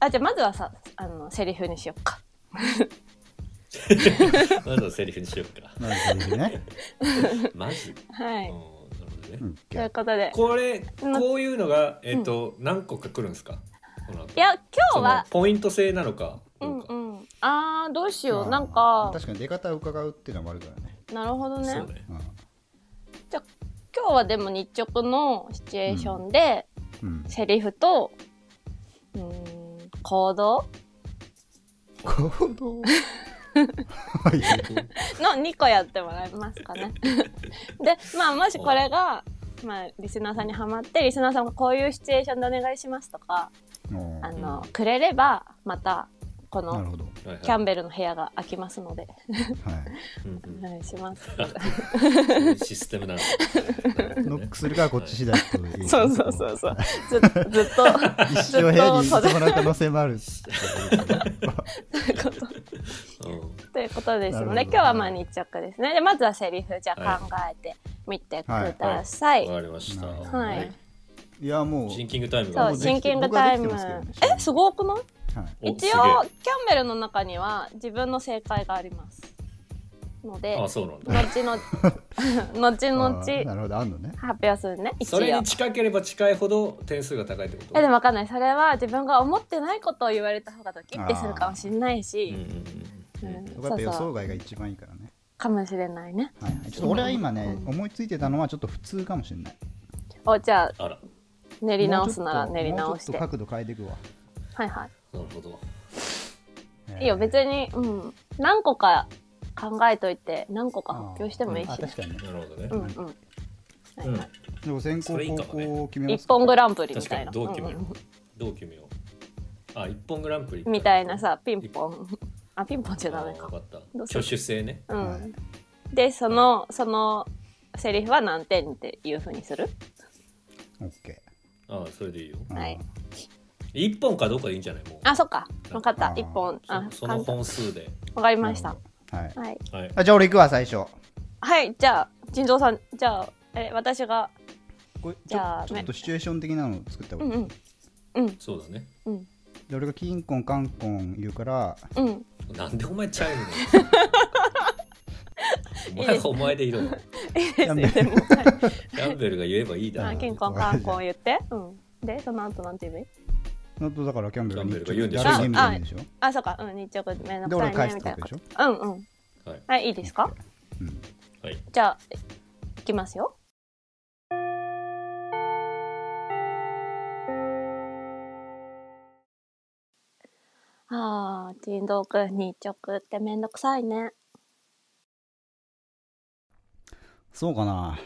Speaker 1: あ、じゃあまずはさ、あの、セリフにしよっか。
Speaker 2: まずはセリフにしよ うか。
Speaker 3: なるほどね
Speaker 2: マジ
Speaker 1: は
Speaker 2: うんないる。ほど
Speaker 3: う
Speaker 2: ね。
Speaker 3: ん
Speaker 1: ということで、
Speaker 2: これ、
Speaker 1: うん
Speaker 2: こういうのが、えっと、何個か来るんですかこの後
Speaker 1: いや、今日
Speaker 2: その
Speaker 1: は、
Speaker 2: ポイント制なのか
Speaker 1: う
Speaker 2: ど
Speaker 1: ん
Speaker 2: うか。
Speaker 1: うん。あー、どうしよ
Speaker 3: ま
Speaker 1: う。
Speaker 3: あ
Speaker 1: なんか、
Speaker 3: 確かに出方を伺うっていうのもあるからね
Speaker 1: なるほど
Speaker 2: そ
Speaker 1: ね
Speaker 2: う。ね。
Speaker 3: う
Speaker 1: 今日はでも日直のシチュエーションで、
Speaker 3: んうん
Speaker 1: セリフと、うーん、行動
Speaker 3: 行 動はい
Speaker 1: の2個やってもらえますか ね。で、まあ、もしこれが、まあ、リスナーさんにはまって、リスナーさんもこういうシチュエーションでお願いしますとか、
Speaker 3: も
Speaker 1: あ
Speaker 3: う
Speaker 1: の、くれれば、また、こ
Speaker 3: なる
Speaker 1: の、
Speaker 3: ほど
Speaker 2: はいはい
Speaker 1: キャンベルの部屋が空きますので、
Speaker 3: はい
Speaker 2: うんう
Speaker 1: お
Speaker 2: ん
Speaker 1: 願いします。
Speaker 2: そういうシステムなの か。なるほど
Speaker 3: ノ
Speaker 2: ね
Speaker 3: ックするからこっち次第ってことでいいですね
Speaker 1: そうそうそう そう。ずっと、ずっと、
Speaker 3: 一生部屋にいてもらう可能性もあるし
Speaker 2: うん
Speaker 1: ということですの
Speaker 3: な
Speaker 1: で、今
Speaker 3: るほど
Speaker 1: 日はまあ日直ですね。で、まずはセリフ、じゃあ考えてみてください。
Speaker 2: わかりました。
Speaker 3: はい
Speaker 1: はい。
Speaker 3: はいいやもう
Speaker 2: シンキングタイム
Speaker 1: そ
Speaker 2: がも
Speaker 1: う、
Speaker 2: うで
Speaker 1: シン
Speaker 2: き
Speaker 1: キングタイ
Speaker 3: 僕
Speaker 1: ム。
Speaker 3: はできてますけどね
Speaker 1: え、すごくない
Speaker 3: はい
Speaker 2: お
Speaker 1: 一
Speaker 2: すげえ
Speaker 1: 応、キャンベルの中には自分の正解があります。ので、
Speaker 2: あ、そうなんだ。
Speaker 1: 後 々、後々
Speaker 3: あー
Speaker 1: 発
Speaker 3: なるほどあんのね
Speaker 1: 表するね、一
Speaker 2: それ
Speaker 1: 応
Speaker 2: に。近ければ近いほど点数が高いってこと
Speaker 1: え、でもわかんない。それは自分が思ってないことを言われた方がドキッてするかもしれない
Speaker 2: うんうん
Speaker 1: し、う
Speaker 2: う
Speaker 1: ん
Speaker 2: うん
Speaker 1: ん
Speaker 3: よかっ
Speaker 1: そ
Speaker 3: た
Speaker 1: う
Speaker 3: 予
Speaker 1: そ
Speaker 3: 想
Speaker 1: う、
Speaker 3: 外が一番いいからね
Speaker 1: かもしれないね。
Speaker 3: はいはいちょっと俺は今ね
Speaker 1: うん
Speaker 3: 思いついてたのはちょっと普通かもしれない
Speaker 1: お、じゃあ、
Speaker 2: あら、
Speaker 1: 練り直すなら
Speaker 3: もうちょっと
Speaker 1: 練り直して。
Speaker 3: もうちょ
Speaker 1: は
Speaker 3: っと角度変えていくわ
Speaker 1: いはい。
Speaker 2: なるほど。
Speaker 1: いいよ、別
Speaker 3: に
Speaker 1: に、うん。何個か考えといて、何個か発表してもいいし。
Speaker 3: 確かにね
Speaker 2: なるほどね
Speaker 1: う。んうん。はい
Speaker 2: うん
Speaker 1: は
Speaker 3: でも先
Speaker 2: それいい
Speaker 3: 行
Speaker 2: か
Speaker 3: 後
Speaker 2: もね
Speaker 3: 攻を決め
Speaker 1: い。
Speaker 3: ます
Speaker 1: 一本グランプリみたいな。
Speaker 2: 確かにどう決め
Speaker 1: ん
Speaker 2: よ
Speaker 1: ん
Speaker 2: どう決めよう。あ、一本グランプリ。
Speaker 1: みたいなさ、ピンポン。あ、ピンポンじゃダメ
Speaker 2: あ
Speaker 1: か
Speaker 2: わ。かった
Speaker 1: どう。する
Speaker 2: 挙手制ね。
Speaker 1: う
Speaker 3: は
Speaker 1: ん。で、その、その、セリフは何点っていうふうにする
Speaker 3: オッケ
Speaker 2: あ、それでいいよ。
Speaker 3: ー
Speaker 1: はい
Speaker 2: 一本かどうかでいいんじゃないもう。
Speaker 1: あ、そっか。わかった
Speaker 3: あ。ー
Speaker 1: 一本。あ、
Speaker 2: そその
Speaker 1: 簡単
Speaker 2: 本数で。
Speaker 1: わかりました。
Speaker 3: はい
Speaker 1: はい。
Speaker 2: はい。
Speaker 3: あじゃあ俺行くわ最初
Speaker 1: はい、じゃあ、腎臓さん、じゃあ、え、私が、
Speaker 3: これち
Speaker 1: じゃ
Speaker 3: ょ
Speaker 1: あ
Speaker 3: ちょっとシチュエーション的なの作った方
Speaker 1: う
Speaker 3: がい
Speaker 1: ん
Speaker 3: い
Speaker 1: うん。うん
Speaker 2: そうだね。
Speaker 1: うん。
Speaker 3: で俺がキンコンカンコン言うから
Speaker 1: うん。
Speaker 2: なんでお前チャイ ムなのお前はお前でいろ。
Speaker 1: いいですよ、
Speaker 3: や
Speaker 1: でも。
Speaker 2: キャンベルが言えばいいだ
Speaker 1: あ
Speaker 2: ろ。
Speaker 1: 健康観光言って。うん。で、その後なんて言えばいい
Speaker 3: あとだからキャンベルが
Speaker 2: キャンベルが言うんでしょ
Speaker 3: 誰が言うんでしょ
Speaker 1: あ、そうか。うん。日直めんど
Speaker 3: で
Speaker 1: くさ
Speaker 3: 俺
Speaker 1: い
Speaker 3: 返
Speaker 1: ね、
Speaker 3: すっ
Speaker 1: み
Speaker 3: て
Speaker 1: たい
Speaker 3: こと
Speaker 1: な
Speaker 3: でし。ょ
Speaker 1: うんうん。
Speaker 2: はい。
Speaker 1: はい、いいですか
Speaker 3: うん
Speaker 2: はい。
Speaker 1: じゃあ、いきますよ。ああ、人道くん、日直ってめんどくさいね。
Speaker 3: そうかな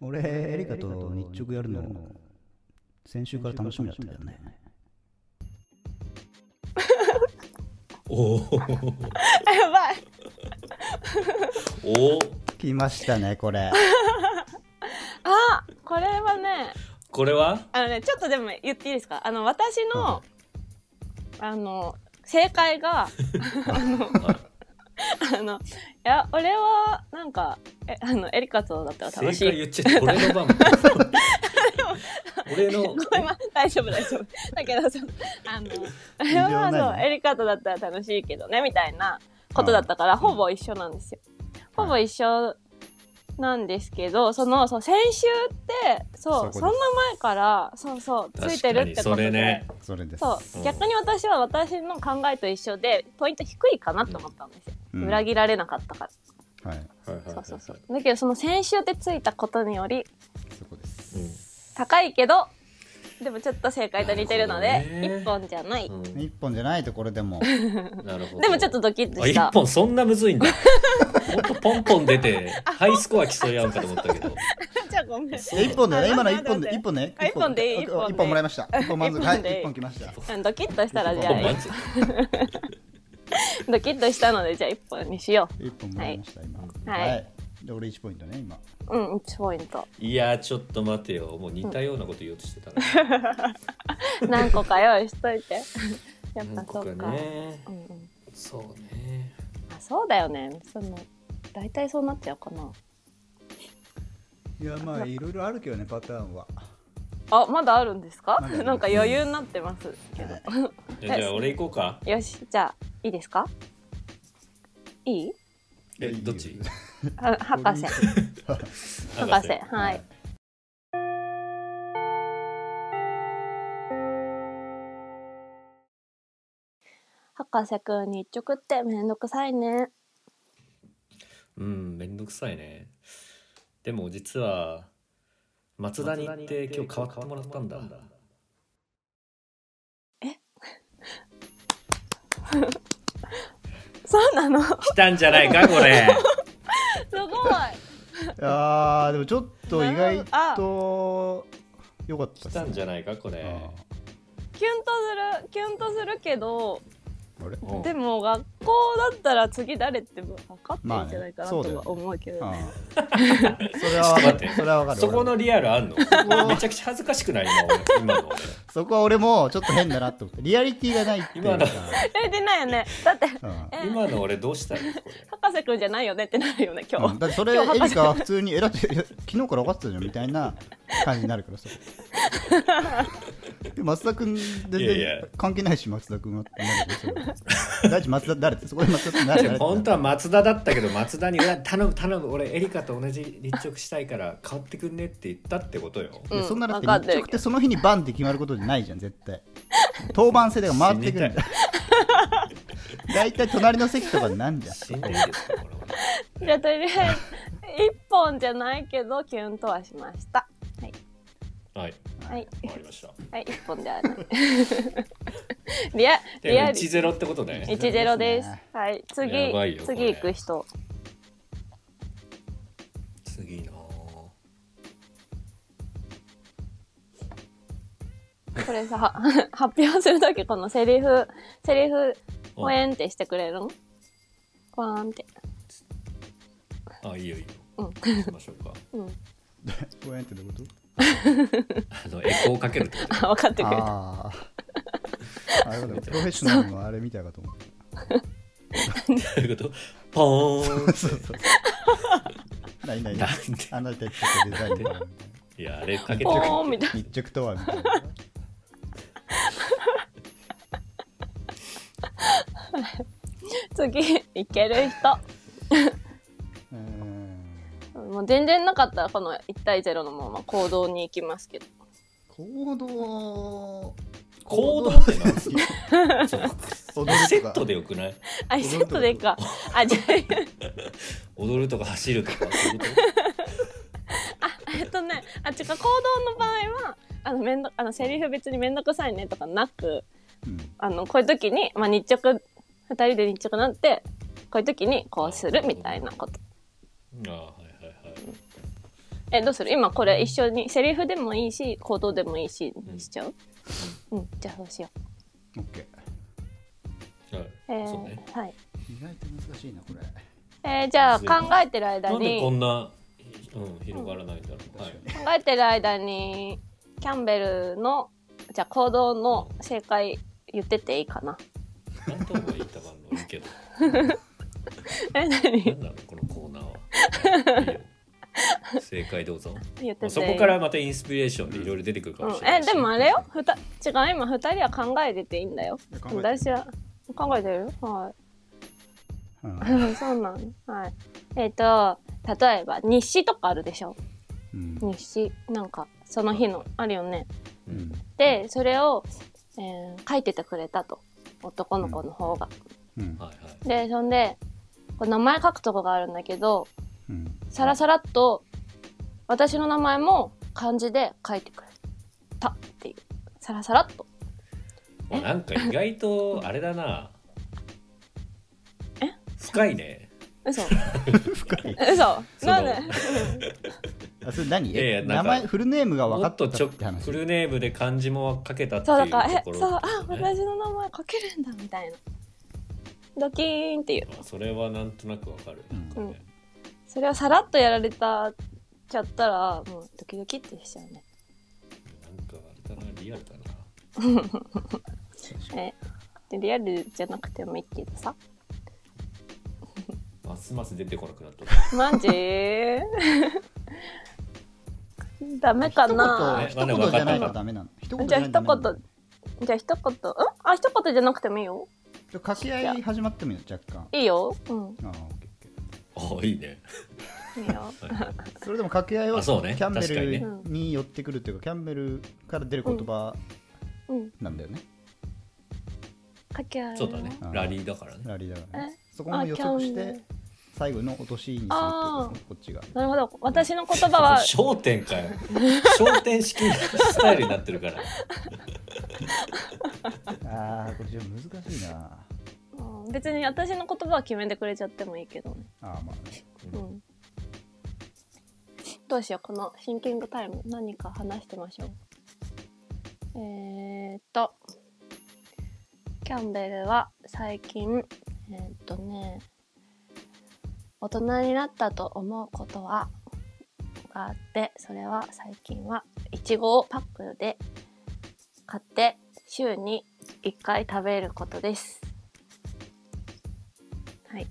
Speaker 3: 俺エリカと日直やるの先週から楽しみだったよね
Speaker 2: おー
Speaker 1: やばい。
Speaker 2: おー
Speaker 3: 来ましたね これ
Speaker 1: あ、これはね、
Speaker 2: これは
Speaker 1: あのね、ちょっとでも言っていいですかあの、私の、あの、正解 が、あの、いや、俺は、なんか、え、あの、エリカとだったら
Speaker 2: 正
Speaker 1: 楽し
Speaker 2: 解
Speaker 1: い。
Speaker 2: 言っちゃった俺の 番俺の
Speaker 1: ごめん、ま、大丈夫、大丈夫。だけど、その、あ の、あれ
Speaker 3: 異常
Speaker 1: は、
Speaker 3: ないの
Speaker 1: そう、エリカとだったら楽しいけどね、みたいなことだったから、ほぼ一緒なんですよ。ほぼ一緒なんですけど、その、そう、先週って、そう、
Speaker 3: そこです
Speaker 1: そんな前から、そうそう、ついてるってこと
Speaker 2: 確かにそれ
Speaker 1: で。
Speaker 2: ね
Speaker 3: それです
Speaker 1: そう、
Speaker 2: うん
Speaker 1: 逆に私は私の考えと一緒でポイント低いかなと思ったんですよ、
Speaker 3: うん
Speaker 1: 裏切られなかったから、
Speaker 3: はい
Speaker 2: はいはいはいはい
Speaker 1: そうそうそうだけどその先週ってついたことにより
Speaker 3: そこです、
Speaker 2: うん
Speaker 1: 高いけどでもちょっと正解と似てるの
Speaker 2: な
Speaker 1: で
Speaker 2: るほどね
Speaker 1: 一本じゃない、
Speaker 2: うん
Speaker 3: 一本じゃないところ でも
Speaker 2: なるほど
Speaker 1: でもちょっとドキッと
Speaker 2: あ
Speaker 1: し
Speaker 2: 一
Speaker 1: た
Speaker 2: 本そんなむずい んだもっとポンポン出てハイスコア競い合うかと思ったけど
Speaker 1: じゃあごめん
Speaker 2: そう
Speaker 3: え一本だ ね
Speaker 1: あ
Speaker 3: 今の
Speaker 1: 待っ
Speaker 3: 一
Speaker 1: て
Speaker 3: 本
Speaker 1: 待っ
Speaker 3: で
Speaker 1: て
Speaker 3: 一本ね
Speaker 1: あ一本でいい
Speaker 3: 一本
Speaker 1: 一本で
Speaker 3: 一本もらいました一本まず
Speaker 1: 一
Speaker 3: は
Speaker 1: 本
Speaker 3: い
Speaker 1: でいい
Speaker 3: 一本来ました
Speaker 1: うんドキッとしたらじゃ
Speaker 2: ポンポンマ
Speaker 1: あ
Speaker 2: ジ
Speaker 1: ドキッとしたのでじゃあ一本にしよ
Speaker 3: 一本もらいました今
Speaker 1: はい
Speaker 3: で俺一ポイントね今
Speaker 1: ううん1ポイント
Speaker 2: いやーちょっと待てよもう似たようなこと言おうとしてたな
Speaker 1: 何個か用意しといてやっ
Speaker 2: 何
Speaker 1: ぱそ
Speaker 2: 個
Speaker 1: うか
Speaker 2: かね
Speaker 1: うんうん、
Speaker 2: そうね
Speaker 1: あそうだよねその大体そうなっちゃうかない
Speaker 3: やまあいろいろあるけどねパターンは
Speaker 1: あまだあるんですか
Speaker 3: まだあります
Speaker 1: なんか余裕になってますけど、
Speaker 2: じゃあじゃあ俺行こうか
Speaker 1: よしじゃあいいですかいい
Speaker 2: えどっち
Speaker 1: あ博士博士はい博士くん日直ってめんどくさいね
Speaker 2: うんめんどくさいねでも実は松田に行って今日変わってもらったんだ
Speaker 1: そうなのす
Speaker 2: 来たんじゃないかこれ
Speaker 1: ごい
Speaker 3: あーでもちょっと意外と良かった
Speaker 2: 来
Speaker 3: です
Speaker 2: たん
Speaker 3: ね
Speaker 2: じゃないかこ
Speaker 3: あ
Speaker 2: れ
Speaker 1: キュンとするキュンとするけど
Speaker 3: ーあれ
Speaker 2: うん
Speaker 1: でも学校だったら次誰って分かってんじゃないかなと
Speaker 3: まあねそうだよ
Speaker 1: は思うけどね,、
Speaker 3: あーそれ
Speaker 2: ちょっと
Speaker 3: は分か
Speaker 2: 待っ
Speaker 3: る
Speaker 2: て
Speaker 3: それは分かる
Speaker 2: そこ
Speaker 3: 俺
Speaker 2: の
Speaker 3: も
Speaker 2: リアルあんの
Speaker 3: こ
Speaker 2: めちゃくちゃ恥ずかしくない今俺今の俺
Speaker 3: そこは俺もちょっと変だなと思ってリアリティがないっていうか
Speaker 2: 今の
Speaker 1: それでないよねだって
Speaker 3: うん
Speaker 1: え
Speaker 2: 今の俺どうしたのこれ
Speaker 1: 博士くんじゃないよねってなるよ ね今日、
Speaker 3: うんだってそれエ
Speaker 1: 今日
Speaker 3: リカは普通にえだってえ昨日から分かってたじゃんみたいな感じになるからさで松田君全
Speaker 2: いやいや
Speaker 3: 然関係ないし松田君はってなるからさ第一松田誰ってそこで松田君誰誰っ て
Speaker 2: 本当は松田だったけど松田に「うわ頼む頼む俺エリカと同じ立直したいから変わってくんね」って言ったってことよ
Speaker 3: いや
Speaker 1: うん
Speaker 3: そんなだって
Speaker 1: わかって
Speaker 3: 日
Speaker 1: るけど
Speaker 3: 直ってその日にバンって決まることじゃないじゃん絶対当番制で回ってくるんだよ大体隣の席とかになんじゃん
Speaker 2: 死んでいいですかこ
Speaker 1: じゃあとりあえず一本じゃないけどキュンとはしました。はい
Speaker 2: れはい
Speaker 1: はい
Speaker 2: 終わりました
Speaker 1: はい一本じゃない。 リアリア
Speaker 2: で
Speaker 1: ル
Speaker 2: 1ゼロってことね
Speaker 1: 一ゼロです
Speaker 3: ですね。
Speaker 1: はい次
Speaker 2: やばいよこ
Speaker 1: 次
Speaker 2: れ
Speaker 1: 行く人。
Speaker 2: 次の
Speaker 1: これさ 発表するときこのセリフセリフほえんってしてくれるの？ほわーんって。
Speaker 2: あいいよいいよ、
Speaker 1: うん
Speaker 2: 行きましょうか
Speaker 1: うん。
Speaker 3: ごめんってどういうこと
Speaker 2: あのエコーかけるってこと
Speaker 1: あ分かってくれた。
Speaker 3: あーあれだプロフェッショナルのあれみたいかと思う
Speaker 2: どういうことポーン
Speaker 3: そうそうないない
Speaker 2: な
Speaker 3: ない
Speaker 2: んで
Speaker 3: あなたちょっとデザインだなみた
Speaker 2: い
Speaker 3: い
Speaker 2: やあれかけて
Speaker 1: ポ
Speaker 2: くれ
Speaker 1: ーンみたい
Speaker 3: な日直とはみたいな
Speaker 1: な 次行ける人。
Speaker 3: うーん
Speaker 1: もう全然なかったらこの一対ゼロのまま行動に行きますけど。
Speaker 3: 行動
Speaker 2: 行動ってなんです
Speaker 3: 踊
Speaker 2: るセッ
Speaker 3: ると
Speaker 2: ト
Speaker 3: か
Speaker 2: でよくない
Speaker 1: あセットでいいか。あじゃあ。
Speaker 2: 踊るとか走るとかそういうこ
Speaker 1: えっとね、あ、違う、行動の場合は、あの、めんど、あの、セリフ別にめんどくさいねとかなく、
Speaker 3: うん
Speaker 1: あの、こういう時に、まあ、日直、二人で日直なって、こういう時にこうするみたいなこと。
Speaker 2: と あはいはいはい
Speaker 1: え、どうする今これ一緒に、セリフでもいいし、行動でもいいし、しちゃううん、じゃあそうしよ
Speaker 3: オッケ
Speaker 2: はい
Speaker 1: えー
Speaker 2: そうね
Speaker 1: はい
Speaker 3: 意外と難しいなこれ
Speaker 1: えーじゃあ考えてる間
Speaker 2: なんでこ
Speaker 1: に
Speaker 2: んな、うん、広がらないんだろう、はい
Speaker 3: 確か
Speaker 1: 考えてる間にキャンベルのじゃあ行動の正解言ってていいか な
Speaker 2: 何とも言ったかのいいけど
Speaker 1: え
Speaker 2: 何
Speaker 1: 何
Speaker 2: だろうこのコーナーはいいよ正解どうぞ
Speaker 1: 言ってていい
Speaker 2: そこからまたインスピレーションでいろいろ出てくるか
Speaker 1: う
Speaker 2: も
Speaker 1: ん
Speaker 2: しれな
Speaker 1: え
Speaker 2: いし、
Speaker 1: でもあれよふた違う今2人は考えてていいんだよ
Speaker 3: いや考えてる
Speaker 1: 私は考えてるはい
Speaker 3: うん
Speaker 1: うんそうなの。はい。えっ、と、例えば、日誌とかあるでしょ
Speaker 3: うん
Speaker 1: 日誌。なんか、その日の、あるよね。
Speaker 2: う
Speaker 3: うんん
Speaker 1: で、それを、えー書いててくれたと。男の子の方が。
Speaker 3: うん
Speaker 2: はいはい
Speaker 1: で、そんで、こう名前書くとこがあるんだけど、
Speaker 3: うん
Speaker 1: さらさらっと、私の名前も漢字で書いてくれたっていう。さらさらっと。
Speaker 2: もうなんか意外とあれだな深いね
Speaker 1: 嘘。
Speaker 3: 深い
Speaker 1: 嘘。
Speaker 2: その
Speaker 1: なんで
Speaker 3: あそれ何
Speaker 2: いやいや
Speaker 3: え
Speaker 2: な
Speaker 3: 名
Speaker 2: んか
Speaker 3: 前フルネームが分
Speaker 2: も
Speaker 3: か
Speaker 2: っと
Speaker 3: っ
Speaker 2: ち
Speaker 3: た
Speaker 2: ょ
Speaker 3: って話
Speaker 2: フルネームで漢字も書けたって
Speaker 1: そう
Speaker 2: い
Speaker 1: だ
Speaker 2: う
Speaker 1: から、え
Speaker 2: と、ころ
Speaker 1: そう、あ、
Speaker 2: ね
Speaker 1: 私の名前書けるんだ、みたいな。ドキーンっていう。
Speaker 2: まあそれはなんとなくわかる、
Speaker 3: うん
Speaker 2: なんかね
Speaker 1: それをさらっとやられたちゃったらもうドキドキってしちゃうね
Speaker 2: なんかあれだなリアルだな
Speaker 1: えでリアルじゃなくてもいいけどさ
Speaker 2: ますます出てこなくなった
Speaker 1: マ ジダメかな
Speaker 3: 一言一言じゃないとダメなの一言
Speaker 1: じゃあ
Speaker 3: な
Speaker 1: 一
Speaker 3: いとダメなの
Speaker 1: 言じゃあ一言うんあ一言じゃなくてもいいよ
Speaker 3: ちょっと掛け合い始まってもいいよ若干
Speaker 1: いいようん
Speaker 3: ああオッケーオッケー
Speaker 2: あいいね、
Speaker 1: いいよ
Speaker 2: はい
Speaker 3: それでも掛け合いは
Speaker 2: あ
Speaker 3: キ
Speaker 2: そうね
Speaker 3: ャンベ
Speaker 2: 確かにね
Speaker 3: ルに寄ってくるっていうかキャンベルから出る言葉
Speaker 1: うん
Speaker 3: なんだよね
Speaker 1: 掛け合い
Speaker 2: そうだね
Speaker 3: あー
Speaker 2: ラリーだからね
Speaker 3: ラリーだからね
Speaker 1: え
Speaker 3: そこも予測し
Speaker 1: あキャンベ
Speaker 3: て
Speaker 1: ル
Speaker 3: 最後の落としにするってことですねこっちが
Speaker 1: なるほど私の言葉は
Speaker 2: 焦点かよ焦点式スタイルになってるから
Speaker 3: ああこれちょっと難しいな
Speaker 1: うん別に私の言葉は決めてくれちゃってもいいけどね
Speaker 3: ああまあね
Speaker 1: うんどうしようこのシンキングタイム何か話してましょうえー、っとキャンベルは最近えーっとね大人になったと思うことはがあってそれは最近はいちごをパックで買って週に1回食べることですはい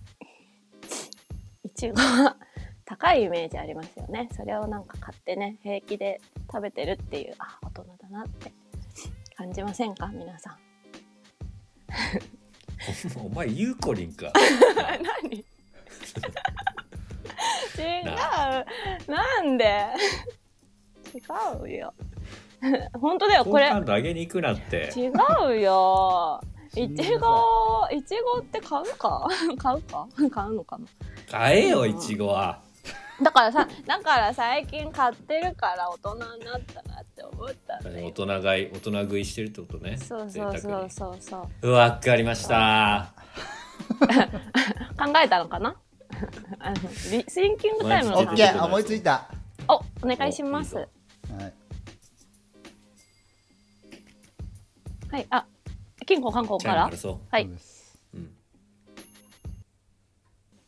Speaker 1: いちごは 高いイメージありますよねそれをなんか買ってね平気で食べてるっていうあ大人だなって感じませんか皆 さん
Speaker 2: お前ゆうこりんか
Speaker 1: 何 違うなんで違うよ 本当だよ
Speaker 2: 好
Speaker 1: これ
Speaker 2: 感度上げに行くなって
Speaker 1: 違う よいちごいちごって買うか 買うか買うのかな
Speaker 2: 買えよいちごは
Speaker 1: だからさだから最近買ってるから大人になったなって思ったんだ
Speaker 2: 大
Speaker 1: よ
Speaker 2: 人買い大人食いしてるってことね
Speaker 1: そうそう
Speaker 2: 贅沢
Speaker 1: そう
Speaker 2: に
Speaker 1: そうそう
Speaker 2: うわわかりました
Speaker 1: 考えたのかなあのリシンキングタイムの
Speaker 3: オ
Speaker 2: マ
Speaker 3: ッ
Speaker 2: ジ
Speaker 1: 話
Speaker 2: で
Speaker 3: ケー思いついた
Speaker 1: おお願いします
Speaker 2: おいいぞ
Speaker 3: はい
Speaker 1: はいあ金庫韓国
Speaker 2: チャ
Speaker 1: か
Speaker 2: イム
Speaker 1: ら
Speaker 2: 鳴らそ
Speaker 1: は
Speaker 3: そう
Speaker 1: い
Speaker 3: です
Speaker 2: う、うん、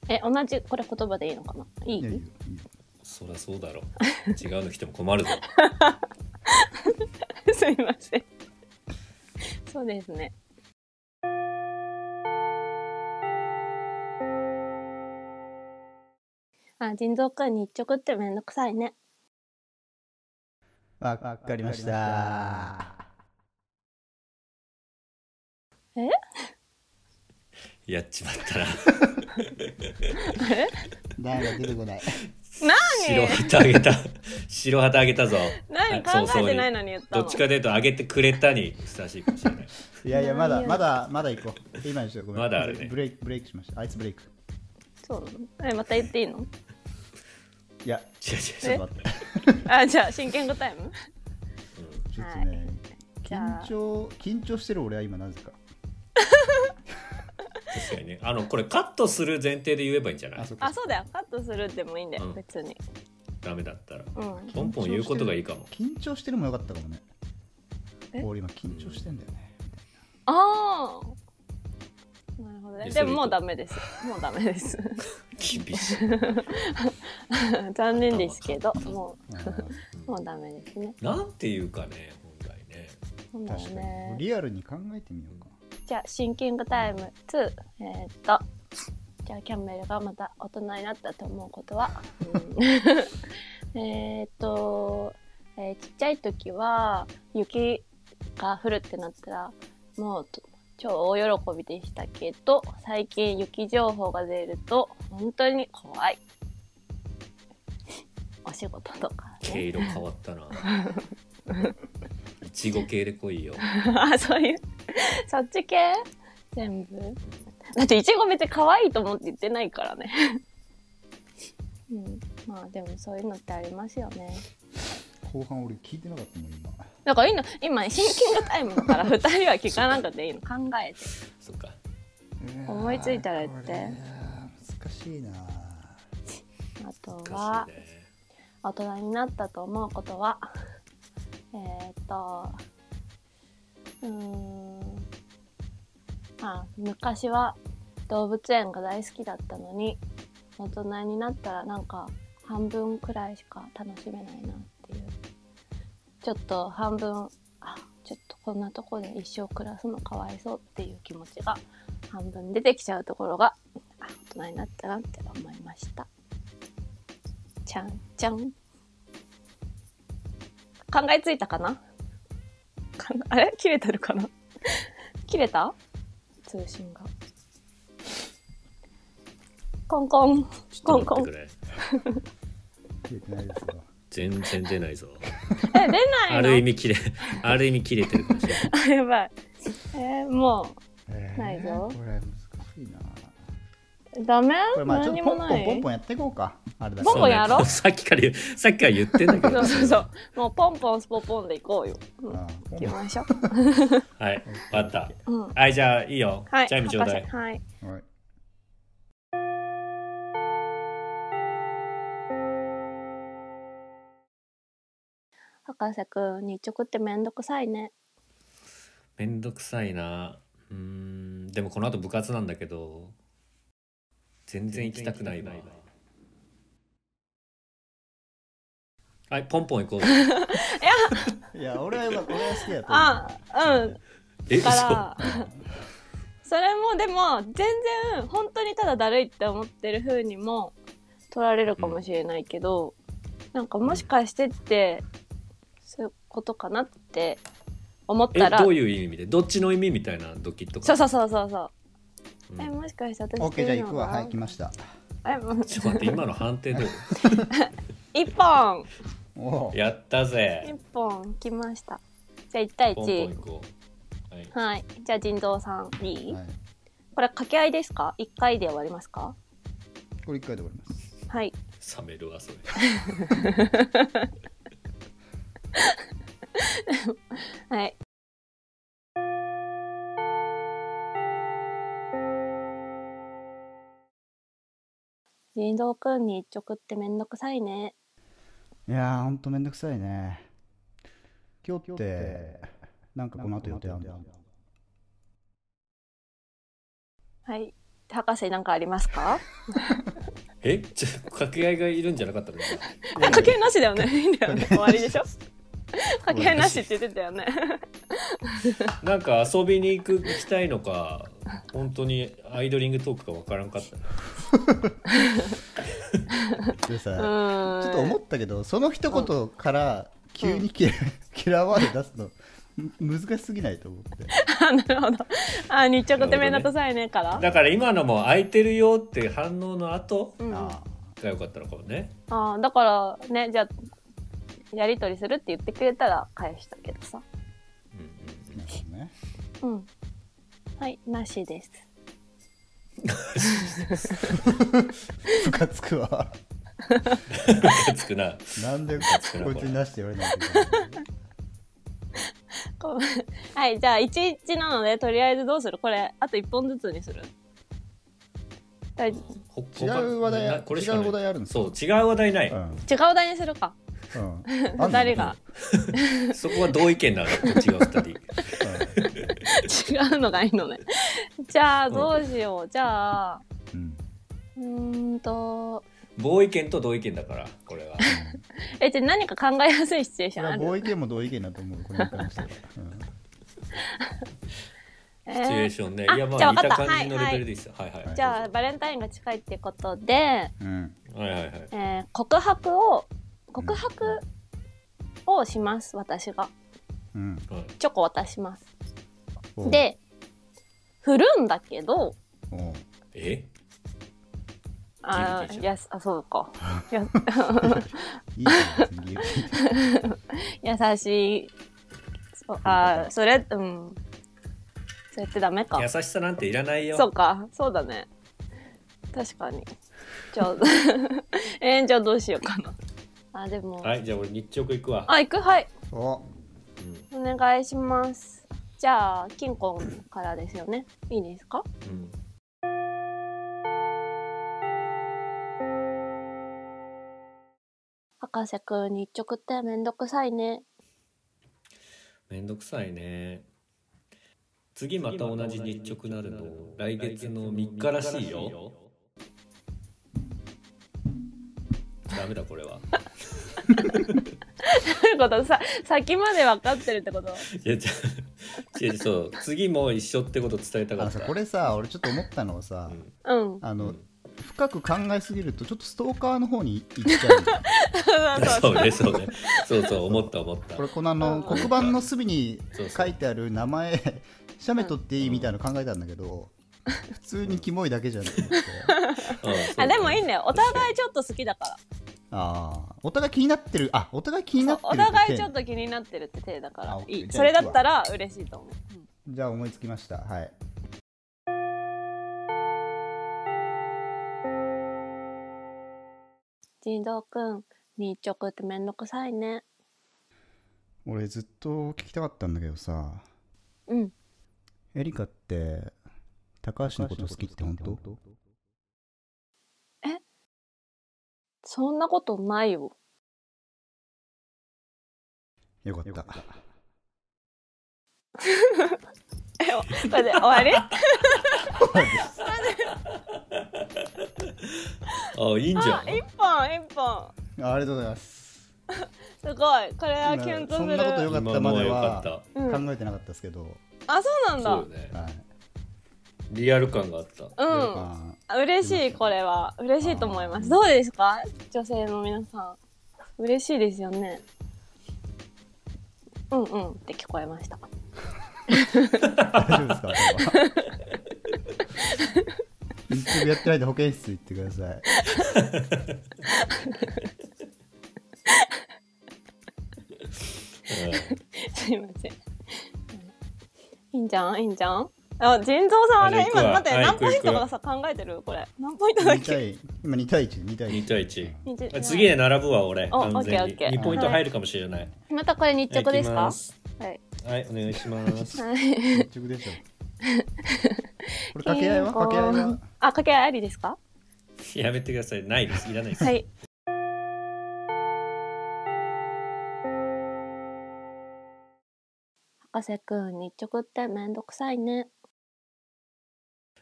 Speaker 1: え同じこれ言葉でいいのかないい
Speaker 3: いやいいよいいよ
Speaker 2: そりゃそうだろう違うの来ても困るぞ
Speaker 1: すいませんそうですねあ腎臓くん日直ってめんどくさいね
Speaker 3: わわかりました
Speaker 2: やっちまったな
Speaker 1: え
Speaker 3: なんか出てこない
Speaker 2: 白旗あげた 白旗あげたぞ
Speaker 1: 何考
Speaker 2: はい早
Speaker 1: え
Speaker 2: 々
Speaker 1: て
Speaker 2: に
Speaker 1: ないのに言った
Speaker 2: ど
Speaker 1: の
Speaker 2: っちかというとあげてくれたにふさわしいかも しれない
Speaker 3: いやいやま
Speaker 1: い
Speaker 3: だ
Speaker 1: や
Speaker 3: まだまだ行こう今にしようごめん
Speaker 2: まだあるね
Speaker 3: ブレイクブレイクしましたあいつブレイク
Speaker 1: そうなのえまた言っていいの
Speaker 3: いや
Speaker 2: 違う
Speaker 3: ち
Speaker 2: 違う
Speaker 3: ょ
Speaker 2: 違
Speaker 3: っ
Speaker 2: う
Speaker 3: と待って
Speaker 1: あじゃあシンキングタイム
Speaker 3: ちょっとね、
Speaker 1: じゃあ
Speaker 3: 緊張緊張してる俺は今なぜか。
Speaker 2: 確かにねあのこれカットする前提で言えばいいんじゃない
Speaker 3: そっか
Speaker 1: あそうだよカットするでもいいんだよ、
Speaker 2: うん
Speaker 1: 別に
Speaker 2: ダメだったら
Speaker 1: うん
Speaker 2: ポンポン言うことがいいかも
Speaker 3: 緊張してるもよかったかもね
Speaker 1: え。
Speaker 3: 俺今緊張してんだよね。
Speaker 1: ああそう
Speaker 2: い
Speaker 1: ねで
Speaker 2: や
Speaker 1: も
Speaker 2: それ
Speaker 1: もうダメですもうダメです
Speaker 2: 厳しい。
Speaker 1: 残念ですけ ども
Speaker 3: うん
Speaker 1: うもうダメですね
Speaker 2: なんていうかね、本来ね。
Speaker 1: そうだよ
Speaker 3: 確かに
Speaker 1: ね
Speaker 3: リアルに考えてみようか
Speaker 1: じゃあシンキングタイム2えーっとじゃあキャンベルがまた大人になったと思うことは、うん えーっと、えーちっちゃい時は雪が降るってなったらもうと超大喜びでしたけど最近雪情報が出ると本当に怖いお仕事とか
Speaker 2: 毛
Speaker 1: ね
Speaker 2: 色変わったな。 いちご系で来いよ。
Speaker 1: あそういうそっち系全部だっていちご別に可愛いと思って言ってないからねうんまあでもそういうのってありますよね
Speaker 3: 後半俺聞いてなかったもん今
Speaker 1: だからいいの今シンキングタイムだから2人は聞かなくていいの考えて
Speaker 2: そっか。
Speaker 1: 思いついたら言って
Speaker 3: うわーこれ難しいな
Speaker 1: あと
Speaker 2: 難
Speaker 1: は
Speaker 2: しいね。
Speaker 1: 大人になったと思うことはえーっとうーんまあ昔は動物園が大好きだったのに大人になったらなんか半分くらいしか楽しめないなっていうちょっと半分あちょっとこんなとこで一生暮らすのかわいそうっていう気持ちが半分出てきちゃうところがあ大人になったなって思いました。ちゃんちゃん。考えついたかなかんあれ切れてるかな切れた通信が。コンコン。
Speaker 2: ちょっと待ってくれ。
Speaker 3: 聞いてないですが
Speaker 2: 全然出ないぞ。
Speaker 1: え、出ないの
Speaker 2: ある意味切れ、ある意味切れてるかもしれな い。
Speaker 1: あやばい。えーも
Speaker 3: えー
Speaker 1: ないぞ
Speaker 3: これ難しいな
Speaker 1: う、ダメ
Speaker 3: これまあちょ
Speaker 1: 何に
Speaker 3: っと
Speaker 1: も
Speaker 3: ポンポン
Speaker 1: ない。
Speaker 3: ポンポンやっていこうかあれだ
Speaker 1: ポンポンやろ
Speaker 2: そうねさっきから言う、さっきから言ってんだけど。
Speaker 1: そうそうそう。もうポンポンスポポンでいこうよ。うん
Speaker 3: あポ
Speaker 1: 行
Speaker 3: ンポ
Speaker 1: き
Speaker 3: ン
Speaker 1: ましょ
Speaker 2: はい、わかった。
Speaker 1: う。うん。
Speaker 2: はい、じゃあいいよ。
Speaker 1: はい。
Speaker 2: チャイムちょうだい
Speaker 1: 博。士はい。
Speaker 3: はい
Speaker 1: 博士くん、日直ってめんどくさいね。
Speaker 2: めんどくさいな。うーん、でもこの後部活なんだけど、全然行きたくないわ。はい、ポンポン行こう。
Speaker 3: いや俺はよかった俺は好きやった
Speaker 1: あ、うん。
Speaker 2: え、
Speaker 1: か
Speaker 2: 嘘
Speaker 1: ら、それもでも全然本当にただだるいって思ってる風にも取られるかもしれないけど、なんかもしかしてってそういうことかなって思っ
Speaker 2: え、
Speaker 1: たら
Speaker 2: どういう意味でどっちの意味みたいなドキッとか。
Speaker 1: そうそうそうそうそう、
Speaker 2: うん
Speaker 1: えもしかして私
Speaker 3: オッケーじゃあ行くわ
Speaker 1: は
Speaker 3: はい来ました
Speaker 1: えもう
Speaker 2: ちょっと待って、今の判定ど う
Speaker 1: 一本
Speaker 3: おお
Speaker 2: やったぜ
Speaker 1: 一。本来ましたじゃあ1対1
Speaker 2: ポンポン行こう。はい、
Speaker 1: はいじゃあ人造さんいい、
Speaker 3: はい
Speaker 1: これ掛け合いですか1回で終わりますか
Speaker 3: これ一回で終わります
Speaker 1: はい
Speaker 2: 冷めるわ、それ。
Speaker 1: はい。人道くんに一直ってめんどくさいね。
Speaker 3: いやーほんとめんどくさいね今日ってなんかこの後予定あんの
Speaker 1: はい。博士なんかありますか？
Speaker 2: え、 ちょ、掛け合いがいるんじゃなかったの
Speaker 1: 掛け合いなしだよね。いいんだよね。終わり でしょ。掛け合いなしって言ってたよね。
Speaker 2: なんか遊びに行く行きたいのか本当にアイドリングトークがわからんかったな
Speaker 3: でさ、
Speaker 1: うー
Speaker 3: ち
Speaker 1: ん。
Speaker 3: ょっと思ったけどその一言から急にキラ,、キラーワード出すのむ難しすぎないと思って
Speaker 1: あなるほど。あ日直ってめんどくさいねから。
Speaker 2: だから今のも空いてるよっていう反応の後
Speaker 1: うん。あ
Speaker 3: あ
Speaker 2: が良かったのかもね
Speaker 1: ーだからねじゃあやりとりするって言ってくれたら返したけどさ。
Speaker 2: うんうん
Speaker 3: なるほどね
Speaker 1: うん。はいなしです。
Speaker 3: ムカつくわ
Speaker 2: うんつくな
Speaker 3: なんでこ
Speaker 2: くなこ
Speaker 3: い
Speaker 2: れ
Speaker 3: つに出して言われないといけないの
Speaker 1: こう はい、じゃあ、1、1なので、とりあえずどうするこれ、あと1本ずつにするだい違う
Speaker 2: ほ
Speaker 3: 違う話題
Speaker 2: なこれしかない
Speaker 3: 違う話題あるんですか
Speaker 2: そう違う話題ない、
Speaker 1: お題にするか。
Speaker 3: うん、うん、あんの
Speaker 1: 誰が、
Speaker 2: そこは同意見なの違う二人
Speaker 1: 違うのがいいのね。 じゃあどうしよう。じゃあ、
Speaker 3: うん
Speaker 1: うーんと、
Speaker 2: 同意見と同意見だからこれは
Speaker 1: え、じゃあ何か考えやすいシチュエーシ
Speaker 3: こ
Speaker 1: ョ
Speaker 3: れ
Speaker 1: ンあ
Speaker 3: は合
Speaker 1: る
Speaker 3: 意見も同意見だと思うこれに関しては、うん
Speaker 1: え
Speaker 2: シチュエー
Speaker 1: ー
Speaker 2: ションね、
Speaker 1: あ
Speaker 2: いやま
Speaker 1: じゃあ
Speaker 2: あ
Speaker 1: わ
Speaker 2: 似
Speaker 1: かったた
Speaker 2: 感じのレベルでいいですよはいはい
Speaker 3: はい
Speaker 1: じゃあ、バレンタインが近いってことで、
Speaker 3: うん
Speaker 2: はいはいはい
Speaker 1: えー告白を、告白をします、私が。
Speaker 3: うん、
Speaker 2: はい
Speaker 1: チョコ渡します。
Speaker 3: おう
Speaker 1: で、振るんだけど、
Speaker 3: おう
Speaker 2: え
Speaker 1: あー
Speaker 2: ギリギリじゃん
Speaker 1: いやあそうかや
Speaker 3: いいですねギリギリ
Speaker 1: 優しいそうあーそれうんそれってダメか
Speaker 2: 優しさなんていらないよ
Speaker 1: そうかそうだね確かにじゃあ えー、じゃあどうしようかなあでも、
Speaker 2: はいじゃあ俺日直行くわ
Speaker 1: あ行くはい
Speaker 3: お
Speaker 1: お願いしますじゃあ金庫からですよねいいですか
Speaker 2: うん
Speaker 1: 博士くん日直ってめんどくさいね
Speaker 2: めんどくさいね次また同じ日直なるの来月の3日らしいよダメだこれ は
Speaker 1: ということさ先まで分かってるってこと
Speaker 2: いやじゃあ違う違うそう次も一緒ってこと伝えた
Speaker 3: あ
Speaker 2: か
Speaker 3: の
Speaker 2: っ
Speaker 3: さ
Speaker 2: た
Speaker 3: これさ俺ちょっと思ったのはさ、
Speaker 2: うん
Speaker 1: うん
Speaker 3: あ
Speaker 2: う
Speaker 3: の
Speaker 2: ん
Speaker 3: 深く考えすぎるとちょっとストーカーの方に行っちゃう
Speaker 2: そうねそうねそうそう思った思った
Speaker 3: これこのあの
Speaker 1: うん
Speaker 3: 黒板の隅に
Speaker 2: そうそ
Speaker 3: 書
Speaker 2: う
Speaker 3: いてある名前写メ取っていいみたいなの考えたんだけど普通にキモいだけじゃんと思って
Speaker 2: うんそう
Speaker 1: あでもいいんだよお互いちょっと好きだから
Speaker 3: ああお互い気になってるあお互い気に
Speaker 1: そ
Speaker 3: な
Speaker 1: う
Speaker 3: ってる
Speaker 1: お
Speaker 3: て
Speaker 1: 互いちょっと気になってるって手だか
Speaker 3: あ
Speaker 1: ら
Speaker 3: OK
Speaker 1: いい
Speaker 3: じゃ
Speaker 1: そ
Speaker 3: あ
Speaker 1: れ
Speaker 3: 行く
Speaker 1: だ
Speaker 3: わ
Speaker 1: ったら嬉しいと思う、うん
Speaker 3: じゃあ思いつきましたはい
Speaker 1: 人道くん日直ってめんどくさいね
Speaker 3: 俺ずっと聞きたかったんだけどさ
Speaker 1: うん
Speaker 3: エリカって高橋のこと好きって本当
Speaker 1: そんなことないよ
Speaker 3: よかった
Speaker 1: えおこれで終わり
Speaker 2: あいいんじゃ
Speaker 1: あ
Speaker 2: ん
Speaker 1: 一本一本
Speaker 3: あありがとうございます
Speaker 1: すごいこれはキュンとする
Speaker 3: そんなことよかったま
Speaker 2: 今のは
Speaker 3: で
Speaker 2: よか
Speaker 3: は
Speaker 2: った
Speaker 1: うん、
Speaker 3: 考えてなかったですけど、
Speaker 1: あそうな
Speaker 2: そ
Speaker 1: ん
Speaker 2: うだよね
Speaker 3: はい
Speaker 2: リアル感があった
Speaker 1: だうん嬉しいこれは嬉しいと思います
Speaker 3: あ
Speaker 1: ど
Speaker 3: ー
Speaker 1: うですか女性の皆さん嬉しいですよねうんうんって聞こえました
Speaker 3: 大丈夫ですかこれは YouTube やってないで保健室行ってくださ い
Speaker 1: すいません。いいんじゃん、いいんじゃん。あ、腎臓さん、あ
Speaker 2: あ
Speaker 1: れ、
Speaker 2: じゃあ行く
Speaker 1: 今、
Speaker 2: わ
Speaker 1: 待って、
Speaker 2: はい
Speaker 1: 何ポイン
Speaker 2: 行く行
Speaker 1: ト
Speaker 2: く
Speaker 1: がさ、考えてる、これ。何ポイントだっ
Speaker 3: 2
Speaker 1: け。
Speaker 3: 対今2対12対
Speaker 2: うん2
Speaker 3: 1
Speaker 2: 対1
Speaker 1: 日
Speaker 2: あ次へ並ぶわ俺
Speaker 1: お
Speaker 2: 完
Speaker 1: オ
Speaker 2: 全
Speaker 1: ッ
Speaker 2: に
Speaker 1: ケーオッケー
Speaker 2: 2ポイント入るかもしれない
Speaker 1: また、これ日直です
Speaker 2: は
Speaker 1: か
Speaker 2: い行きま。す
Speaker 1: はい。
Speaker 2: はいお願いします
Speaker 1: はい。
Speaker 3: 一直でしょこれ掛け合いは掛け合いは
Speaker 1: あ、掛け合いありですか。
Speaker 2: やめてくださいないですいらないです
Speaker 1: はい。博士くん、日直ってめんどくさいね。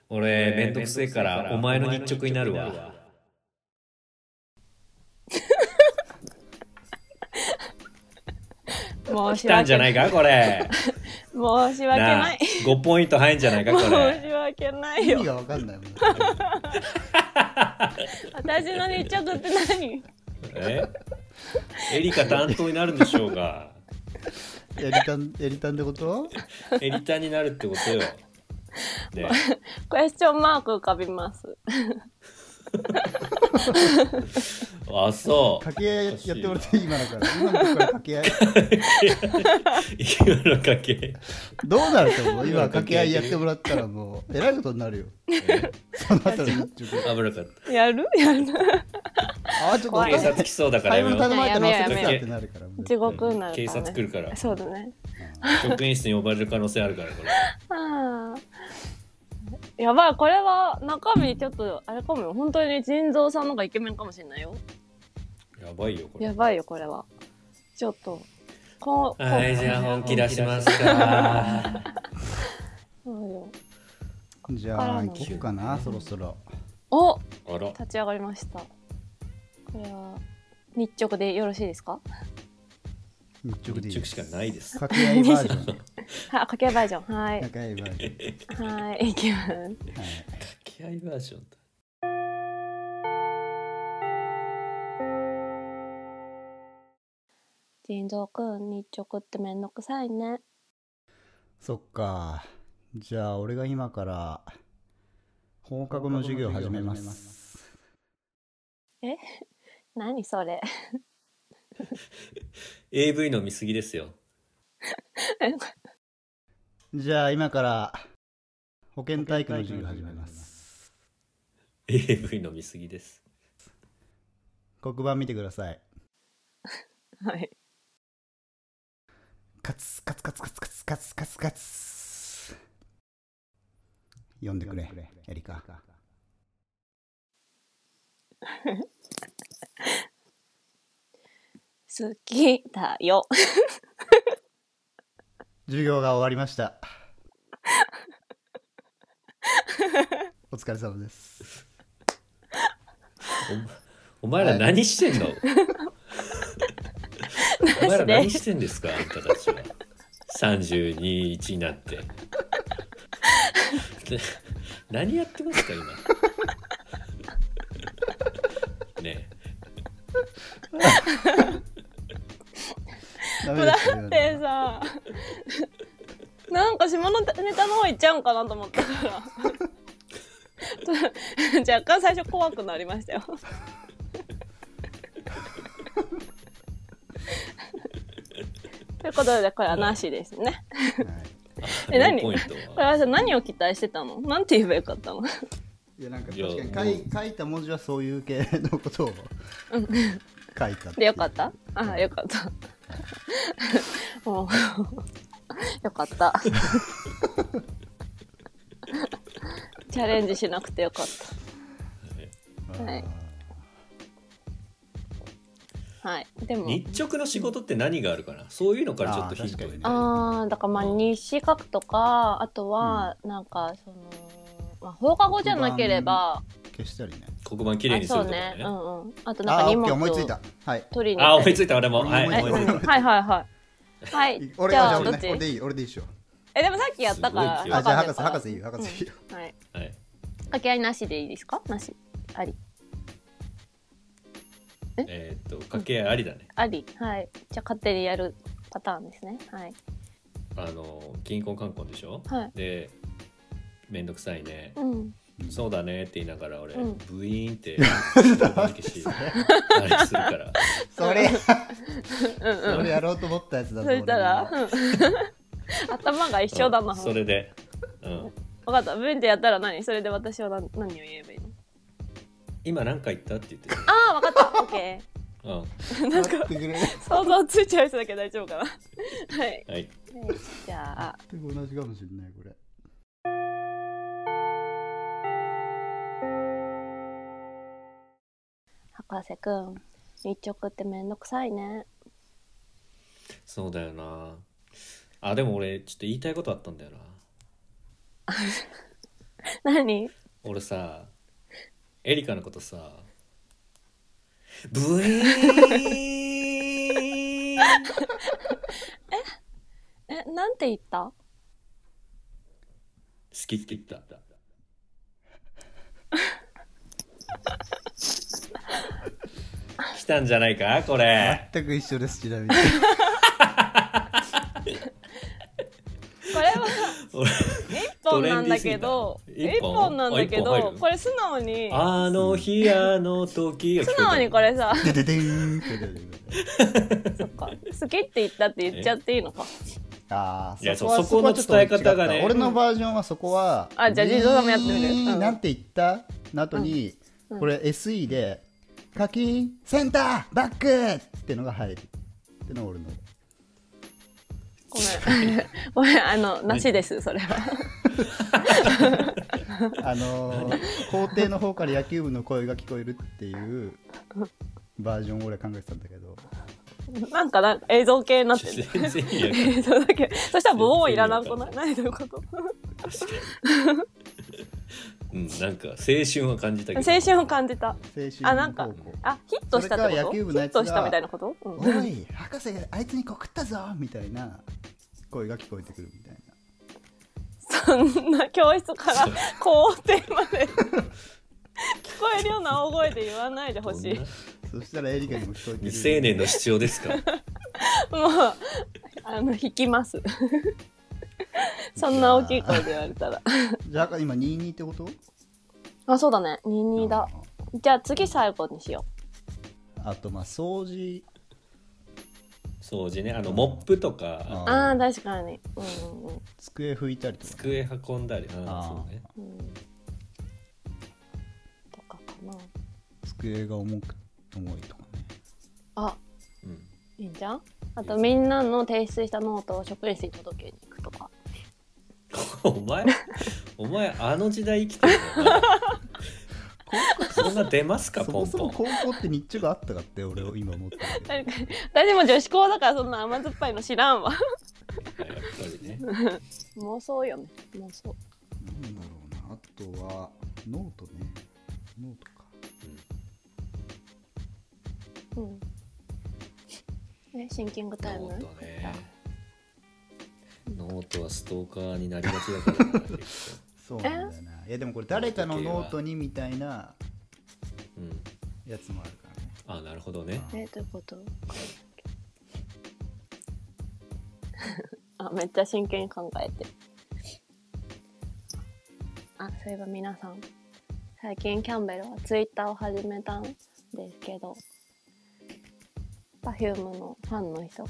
Speaker 2: 俺めんどくせえからお前の日直になるわ
Speaker 1: 申
Speaker 2: 来
Speaker 1: した
Speaker 2: んじ
Speaker 1: 訳
Speaker 2: ゃないかこれ
Speaker 1: 申し訳
Speaker 2: な
Speaker 1: な
Speaker 2: あ
Speaker 1: い。
Speaker 2: 5ポイント入んじゃないか
Speaker 1: 申し
Speaker 2: これ
Speaker 1: 訳ない
Speaker 3: 意味
Speaker 1: よ。
Speaker 3: が分かんないもん
Speaker 1: 私の日直って何。
Speaker 2: えエリカ担当になるんでしょうが
Speaker 3: エリタンエリタンってこと
Speaker 2: エリタになるってことよね
Speaker 1: クエスチョンマーク浮かびます。
Speaker 2: あそう
Speaker 3: 掛け合いやってもらっていい今だから今のところ掛け合い
Speaker 2: 今の掛け
Speaker 3: どうなると思う今掛け合いやってもらったらもうえらいことになるよその後に一直
Speaker 2: 危なかっ
Speaker 1: やるやる。
Speaker 3: ああち
Speaker 2: た
Speaker 3: ょっと
Speaker 1: 怖い
Speaker 2: 警
Speaker 3: おかしい
Speaker 2: 察来そうだから
Speaker 3: 買い
Speaker 2: やめ
Speaker 3: 物
Speaker 2: よう
Speaker 3: 頼まれたの忘
Speaker 1: や
Speaker 3: れ
Speaker 1: め
Speaker 3: て
Speaker 2: ようやめよう
Speaker 3: たってなるから
Speaker 1: 地獄になるから、ね。
Speaker 2: 警察来るから
Speaker 1: そうだね。
Speaker 2: 職員室に呼ばれる可能性あるからこれ
Speaker 1: ああ。やばい、これは中身ちょっと、あれかもよ。本当に腎臓さんの方がイケメンかもしれないよ。
Speaker 2: やばいよこれ
Speaker 1: やばいよ、これは。ちょっと。こう、
Speaker 2: はいじゃあ本気出しますか
Speaker 1: そうよ。
Speaker 3: じ
Speaker 1: あら
Speaker 3: ゃあ
Speaker 1: ま
Speaker 3: 行こうかな
Speaker 2: 九
Speaker 3: そろそろ
Speaker 1: お
Speaker 2: あら
Speaker 1: 立ち上がりましたこれは日直でよろしいですか
Speaker 3: 日直でいい
Speaker 2: 日
Speaker 3: で
Speaker 2: 直
Speaker 3: す
Speaker 2: しかないです
Speaker 3: 掛け合いバージョン
Speaker 1: は掛け合いバージョンはい
Speaker 3: 掛け合いバージョ
Speaker 1: はいいきます
Speaker 3: ンはい
Speaker 2: 掛け合いバージョンだ
Speaker 1: 人造くん日直ってめんどくさいね
Speaker 3: そっか。じゃあ、俺が今から、放課後の授業を始めます。
Speaker 1: 何それ
Speaker 2: AV の見過ぎですよ
Speaker 3: じゃあ、今から、保健体育の授業を始めます。
Speaker 2: AV の見過ぎです
Speaker 3: 黒板見てください。
Speaker 1: はい
Speaker 3: カツカツカツカツカツカツカツカツ。読んでくれ、エリカ。
Speaker 1: 好きだよ
Speaker 3: 授業が終わりました。お疲れ様です。
Speaker 2: お前ら何して んの、お前ら何してんですかあんたたちは321になってな何やってますか今ね
Speaker 3: ダメ
Speaker 1: だ
Speaker 3: です
Speaker 1: ってさ なんか下のネタの方行っちゃうんかなと思ったから 若干最初怖くなりました よということでこれはなしですね
Speaker 3: はい
Speaker 2: え
Speaker 1: え何
Speaker 2: ポイント
Speaker 1: これ
Speaker 2: は
Speaker 1: はさ何を期待してたのなんて言えばよかったの
Speaker 3: いやなんか
Speaker 2: いや
Speaker 3: 確か
Speaker 2: も
Speaker 3: に書い書いた文字はそういう系のことを
Speaker 1: うん
Speaker 3: 書いたていう
Speaker 1: でよかったああよかった もうよかった チャレンジしなくてよかっはいたはいでも
Speaker 2: 日直の仕事って何があるかなそういうのからちょっとヒントを得な
Speaker 3: あ
Speaker 2: い
Speaker 1: あーだからまあ日誌書くとかあとはなんかその、まあ、放課後じゃなければ
Speaker 3: ー消したりね
Speaker 2: 黒板きれいに
Speaker 1: あ
Speaker 2: する
Speaker 1: そう
Speaker 2: とか
Speaker 1: ね
Speaker 2: ね
Speaker 1: う
Speaker 2: あ
Speaker 1: んうんあとなん
Speaker 3: あ
Speaker 1: か
Speaker 3: ー
Speaker 1: 荷
Speaker 3: オッケ
Speaker 1: 物
Speaker 3: ー思いつい
Speaker 1: を
Speaker 3: たはい
Speaker 1: 取りに
Speaker 2: あ
Speaker 1: 行っ
Speaker 2: 思
Speaker 1: た
Speaker 2: い
Speaker 1: り
Speaker 2: ついた俺もはい
Speaker 1: え
Speaker 2: 思
Speaker 1: う
Speaker 2: い
Speaker 1: ん
Speaker 2: ついた
Speaker 1: はいはいはいはい
Speaker 3: 俺
Speaker 1: じゃ
Speaker 3: がじ
Speaker 1: あ
Speaker 3: ゃあ
Speaker 1: ど
Speaker 3: 俺
Speaker 1: っち
Speaker 3: ね俺でいい俺でいいっしょ
Speaker 1: えでもさっきやったから
Speaker 2: すごい勢い
Speaker 3: あじゃあ
Speaker 1: わ
Speaker 3: 博士
Speaker 1: かんないから
Speaker 3: 博士いいよ博士いいよ
Speaker 1: はい
Speaker 2: はい
Speaker 1: 掛け合いなしでいいですかなしあり
Speaker 2: えーっと掛け合いありだね
Speaker 1: ありはいじゃあ勝手にやるパターンですねはい
Speaker 2: あの銀行観光でしょ
Speaker 1: はい
Speaker 2: でめんどくさいね
Speaker 1: うん
Speaker 2: そうだねって言いながら俺、
Speaker 1: うん
Speaker 2: ブイーン って消しあれするから
Speaker 3: それ
Speaker 1: うんう
Speaker 3: そ
Speaker 1: ん
Speaker 3: れやろうと思ったやつだ
Speaker 1: そ
Speaker 3: ぞ
Speaker 1: したら
Speaker 3: 俺
Speaker 1: う
Speaker 3: も
Speaker 1: ん 頭が一緒だな
Speaker 2: うんそれで、うん、
Speaker 1: 分かった文でやったら何それで私は何何を言えばいいの
Speaker 2: 今何か言ったって言ってる、
Speaker 1: ああ分かった オッケ
Speaker 2: うん、は
Speaker 3: 待ってくれ
Speaker 1: ー想像ついちゃう人だけど大丈夫かな はい
Speaker 2: い
Speaker 1: はいじゃあ
Speaker 3: でも同じかもしれないこれ
Speaker 1: 博士くん日直ってめんどくさいね
Speaker 2: そうだよなあでも俺ちょっと言いたいことあったんだよな
Speaker 1: 何
Speaker 2: 俺さエリカのことさブイー
Speaker 1: え
Speaker 2: ン
Speaker 1: なんて言った
Speaker 2: 好きって言った来たんじゃないかこれ
Speaker 3: 全く一緒ですちなみに
Speaker 1: これは
Speaker 2: 俺
Speaker 1: 一本なんだけど
Speaker 2: トレンディーすぎた
Speaker 1: 一本なんだけ
Speaker 2: あ一本入
Speaker 1: ど
Speaker 2: る
Speaker 1: これ素直に
Speaker 2: あの日あの時が聞こ
Speaker 1: 素
Speaker 2: えた
Speaker 1: 直にこれさ
Speaker 3: でででーんって出てくる
Speaker 1: そっか好きって言ったって言っちゃっていいのか
Speaker 3: あ
Speaker 2: いや
Speaker 3: ーこは
Speaker 2: そうそこの
Speaker 3: はちょっと
Speaker 2: 伝え方がね
Speaker 3: 違った俺のバージョンはそこは
Speaker 1: あじゃあ地蔵さんもやってみる
Speaker 3: えー
Speaker 1: うん
Speaker 3: なんて言ったの後に
Speaker 1: うん
Speaker 3: これ SE で課金センターバックってのが入るってのが俺の
Speaker 1: ごめんごめんあのなしですそれ は
Speaker 3: あのー校庭の方から野球部の声が聞こえるっていうバージョンを俺考えてたんだけど
Speaker 1: なんかなんか映像系になってる
Speaker 2: 全然 いいや
Speaker 1: 映像だけそしたらボーンいらなくない何どういうこと
Speaker 2: うん、なんか青春は感じたけど
Speaker 1: 青春を感じた
Speaker 3: 青春
Speaker 1: あなんか
Speaker 3: 高校
Speaker 1: あヒットしたってこと
Speaker 3: それか野球部のやつ
Speaker 1: ヒ
Speaker 3: が
Speaker 1: ットしたみたいなこと、うん
Speaker 3: おい博士あいつに告ったぞみたいな声が聞こえてくるみたいな
Speaker 1: そんな教室 から校庭まで聞こえるような大声で言わないでほしい。もう
Speaker 3: そしたらエリカにも聞こえ
Speaker 2: 未
Speaker 3: てる
Speaker 2: 成年の主張で すか
Speaker 1: あの引きます。そんな大きい声で言われたら。
Speaker 3: じゃあ今22ってこと
Speaker 1: あそうだね。22だ。じゃあ次最後にしよ
Speaker 3: あとまあ掃除
Speaker 2: 掃除ねあのモップとか
Speaker 1: う。ああ確かに。うんうん
Speaker 3: 机拭いたりとか
Speaker 2: 机運んだりあ
Speaker 3: あー
Speaker 2: そうね
Speaker 1: うん。うんとかかな。
Speaker 3: 机が重く重いとかね
Speaker 1: あ
Speaker 2: うん
Speaker 1: いいんじゃん。あとみんなの提出したノートを職員室に届けに行くとか。
Speaker 2: お前お前あの時代生きてるよ なそんな出ますか
Speaker 3: そ
Speaker 2: ポ
Speaker 3: も
Speaker 2: ン
Speaker 3: そ
Speaker 2: ポ
Speaker 3: も
Speaker 2: ン
Speaker 3: 高校って日中があったかって俺を今思ってるけど
Speaker 1: 確かに私も女子校だからそんな甘酸っぱいの知らんわ。
Speaker 2: やっぱりね
Speaker 1: 妄想よね。妄想。
Speaker 3: なんだろうなあとはノートねノートか
Speaker 1: うん。え、シンキングタイム。
Speaker 2: ノートねノートはストーカーになりがちだからな
Speaker 3: そうなんだよないやでもこれ誰かのノートにみたいな
Speaker 2: うん
Speaker 3: やつもあるからね
Speaker 2: あなるほどね
Speaker 1: え、どういうこと。 あ、めっちゃ真剣に考えて。あ、そういえば皆さん。最近キャンベルはツイッターを始めたんですけど。Perfume のファンの人が。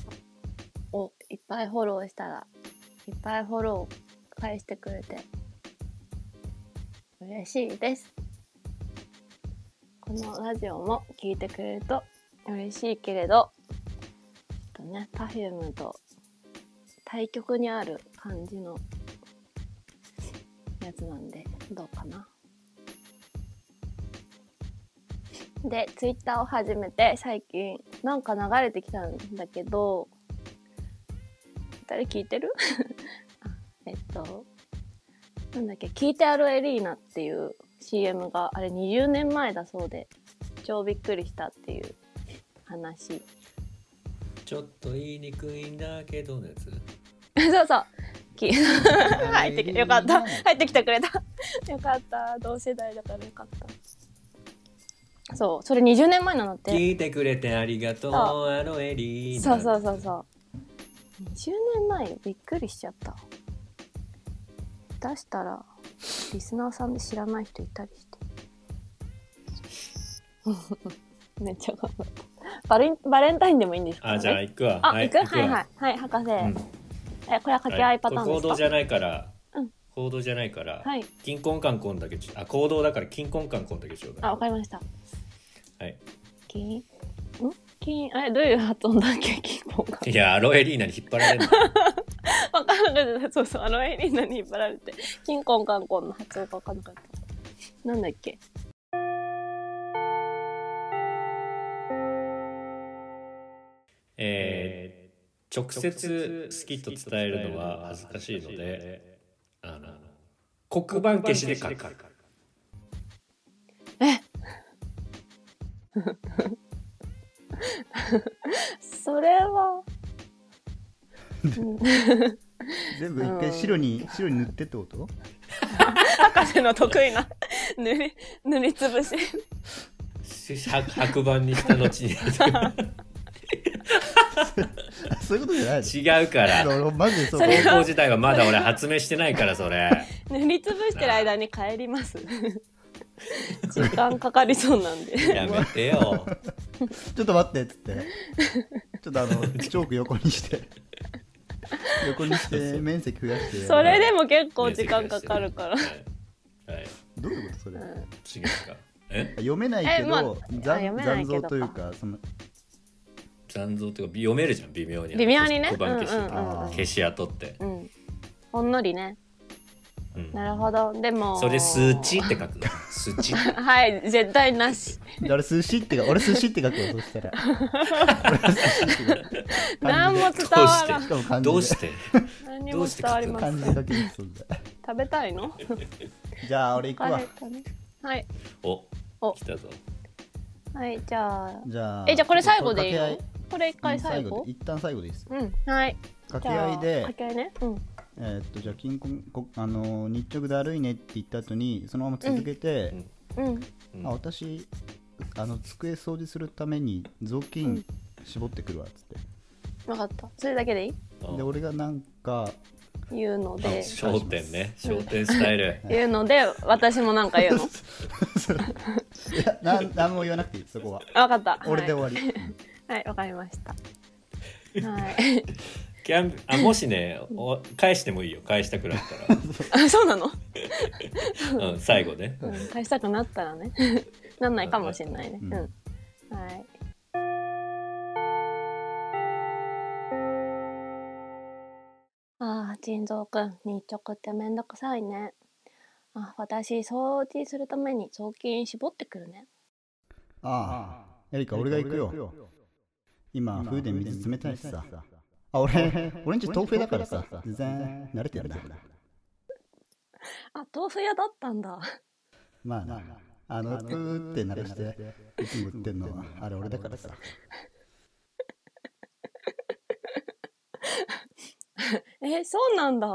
Speaker 1: をいっぱいフォローしたら。いっぱいフォロー返してくれて。嬉しいです。このラジオも聞いてくれると嬉しいけれど、ちょっとね、Perfume と対極にある感じのやつなんで、どうかな。で、Twitter を始めて最近なんか流れてきたんだけど、誰聞いてる あえっと、なんだっけ、聞いてあるエリーナっていう CM があれ20年前だそうで、超びっくりしたっていう話。
Speaker 2: ちょっと言いにくいんだけどのやつ
Speaker 1: そうそう。き 入ってきよかった。
Speaker 3: いいね
Speaker 1: 入ってきてくれた。 よかった。同世代だからよかった。そう、それ20年前なのって。
Speaker 2: 聞いてくれてありがとう
Speaker 1: そ
Speaker 2: あのエリー
Speaker 1: そうそうそうそう。20年前よびっくりしちゃった。出したらリスナーさんで知らない人いたりして。 めっちゃ頑張ったバレンバレンタインでもいいんですか、ね、
Speaker 2: あじゃあ行くわ
Speaker 1: あ行くはい
Speaker 2: わ
Speaker 1: はいはい博士、
Speaker 2: うん
Speaker 1: えこれは掛け合いパターン
Speaker 2: はいこ
Speaker 1: で
Speaker 2: れ行
Speaker 1: す
Speaker 2: 動じ
Speaker 1: か
Speaker 2: ゃないから、
Speaker 1: うん
Speaker 2: 行動じゃないから、
Speaker 1: はい
Speaker 2: 金婚観婚だけちょあ行動だから金婚観婚だけちょうだ
Speaker 1: あわかりました
Speaker 2: い、はい、
Speaker 1: 金ん金えどういう発音だっけ金婚か
Speaker 2: いやアロエリーナに引っ張られる
Speaker 1: わかんなかったそうそうあのエリーナに引っ張られて金婚観婚の発音がわかんなかったなんだっけ
Speaker 2: えー直接好きと伝えるのは恥ずかしいのであの黒板消しで書く
Speaker 1: それは
Speaker 3: 全部一回白に白に塗ってっ てこと
Speaker 1: 博士の得意な 塗り塗りつぶし
Speaker 2: し白白板にした後に
Speaker 3: そういうことじゃないの
Speaker 2: 違うから
Speaker 3: 俺マジでそう
Speaker 1: それ
Speaker 2: 高校時代はまだ俺発明してないからそれ
Speaker 1: 塗りつぶしてる間に帰り ます時間かかりそうなん で
Speaker 2: やめてよ
Speaker 3: ちょっと待ってっつってちょっとあのチョーク横にして横にして面積増やして
Speaker 1: それでも結構時間かかるから
Speaker 2: はい、はい、
Speaker 3: どういうことそれ
Speaker 2: 違うかえ
Speaker 3: 読めないけ
Speaker 1: えまあ
Speaker 3: ど
Speaker 1: あ読
Speaker 3: 残
Speaker 1: めないけど
Speaker 3: 残像
Speaker 1: か
Speaker 3: というかその
Speaker 2: 残像っていうか読めるじゃん微妙に
Speaker 1: 微妙にね
Speaker 2: 黒板消し、
Speaker 1: うんうん
Speaker 3: うん
Speaker 2: 消し跡って、
Speaker 1: うんほんのりね
Speaker 2: うん
Speaker 1: なるほどでも
Speaker 2: それで「スーチ」って書くす ち
Speaker 1: はい、絶対なし。
Speaker 3: で俺寿司ってか俺寿司って書くよそ したら俺寿司って書く
Speaker 1: 何も伝わら
Speaker 2: どう
Speaker 1: ん。
Speaker 2: し
Speaker 3: しかも漢字で
Speaker 2: どうして
Speaker 1: 何も伝わりませ
Speaker 3: 漢
Speaker 1: ん。
Speaker 3: 字だけにすんだ
Speaker 1: 食べたいの？
Speaker 3: じゃあ俺行く
Speaker 1: 疲
Speaker 3: わ
Speaker 1: れたね。はい
Speaker 2: お
Speaker 1: お
Speaker 2: 来たぞ
Speaker 1: はいじゃあ。
Speaker 3: じゃあ
Speaker 1: えじゃあこれ最後でいい
Speaker 3: 掛
Speaker 1: の
Speaker 3: け合？
Speaker 1: これ一回
Speaker 3: うん
Speaker 1: 最後
Speaker 3: で？一旦最後でいいです
Speaker 1: うんはい。じ
Speaker 3: 掛け
Speaker 1: ゃあ
Speaker 3: 合いで
Speaker 1: 掛け合いね。うん
Speaker 3: えーっとじゃあ金庫こあのー日直だるいねって言った後にそのまま続けて、
Speaker 1: うん
Speaker 2: うん
Speaker 3: あ私あの机掃除するために雑巾絞ってくるわっつって、
Speaker 1: 分かった。それだけでいい？
Speaker 2: あ
Speaker 3: で俺がなんか
Speaker 1: 言うの
Speaker 2: あ
Speaker 1: で。
Speaker 2: 商店ね商店スタイ ル
Speaker 1: 言うので私もなんか言うの
Speaker 3: いやなん何も言わなくていいそこは
Speaker 1: あ分かった
Speaker 3: 俺で
Speaker 1: はい
Speaker 3: 終わり、
Speaker 1: はいわかりました はい
Speaker 2: キャンあもしねお返してもいいよ返したくなった
Speaker 1: あそうなの、
Speaker 2: ら、うん、最後ね
Speaker 1: うん、返したくなった らねなんないかもしれないね
Speaker 3: う
Speaker 1: うんん、はいああ腎臓くん日直ってめんどくさいねあ私掃除するために雑巾絞ってくるね
Speaker 3: ああエリカ俺が行くよ今冬で水冷たいし さあ俺俺んち豆腐屋だからさ全然慣れてるんだ
Speaker 1: あ豆腐屋だったんだ
Speaker 3: まあなあのプーって鳴らしていつも売ってんのはあれ俺だからさ
Speaker 1: えそうなん だ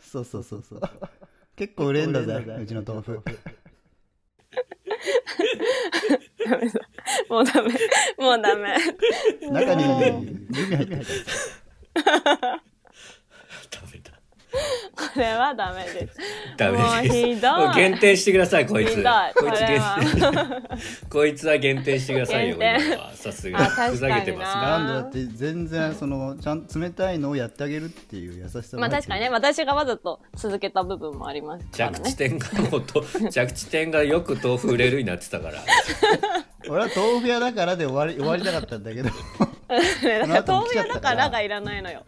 Speaker 3: そうそうそう そう結構売れんだぜうちの豆腐
Speaker 1: ダメだもうダメもうダメ
Speaker 3: 中に 準備入ってるからさ
Speaker 2: ダメだ
Speaker 1: これはダメです。
Speaker 2: ダメです
Speaker 1: もうひどい
Speaker 2: もう限定してくださいこい
Speaker 1: ひどい
Speaker 2: つこ
Speaker 1: これ
Speaker 2: いつ
Speaker 1: は
Speaker 2: 限定 こいつは限定してくださいよ
Speaker 1: 限定
Speaker 2: 今のはさす
Speaker 1: あ
Speaker 2: が
Speaker 1: 確かにな
Speaker 2: ふざけてます
Speaker 3: なんだだって全然そのちゃん冷たいのをやってあげるっていう優しさも
Speaker 1: まあ
Speaker 3: 入っ
Speaker 1: 確
Speaker 3: てる
Speaker 1: かにね、私がわざと続けた部分もありますから
Speaker 2: 着地
Speaker 1: ね。
Speaker 2: 点がもうと着地点がよく豆腐売れるになって たから
Speaker 3: 俺は豆腐屋だからで終わり終わりたかったんだけ
Speaker 1: だ
Speaker 3: ど
Speaker 1: から
Speaker 3: この後
Speaker 1: 豆
Speaker 3: も
Speaker 1: 腐
Speaker 3: 来ち
Speaker 1: 屋
Speaker 3: ゃった
Speaker 1: だ
Speaker 3: か
Speaker 1: かららがいらないのよ。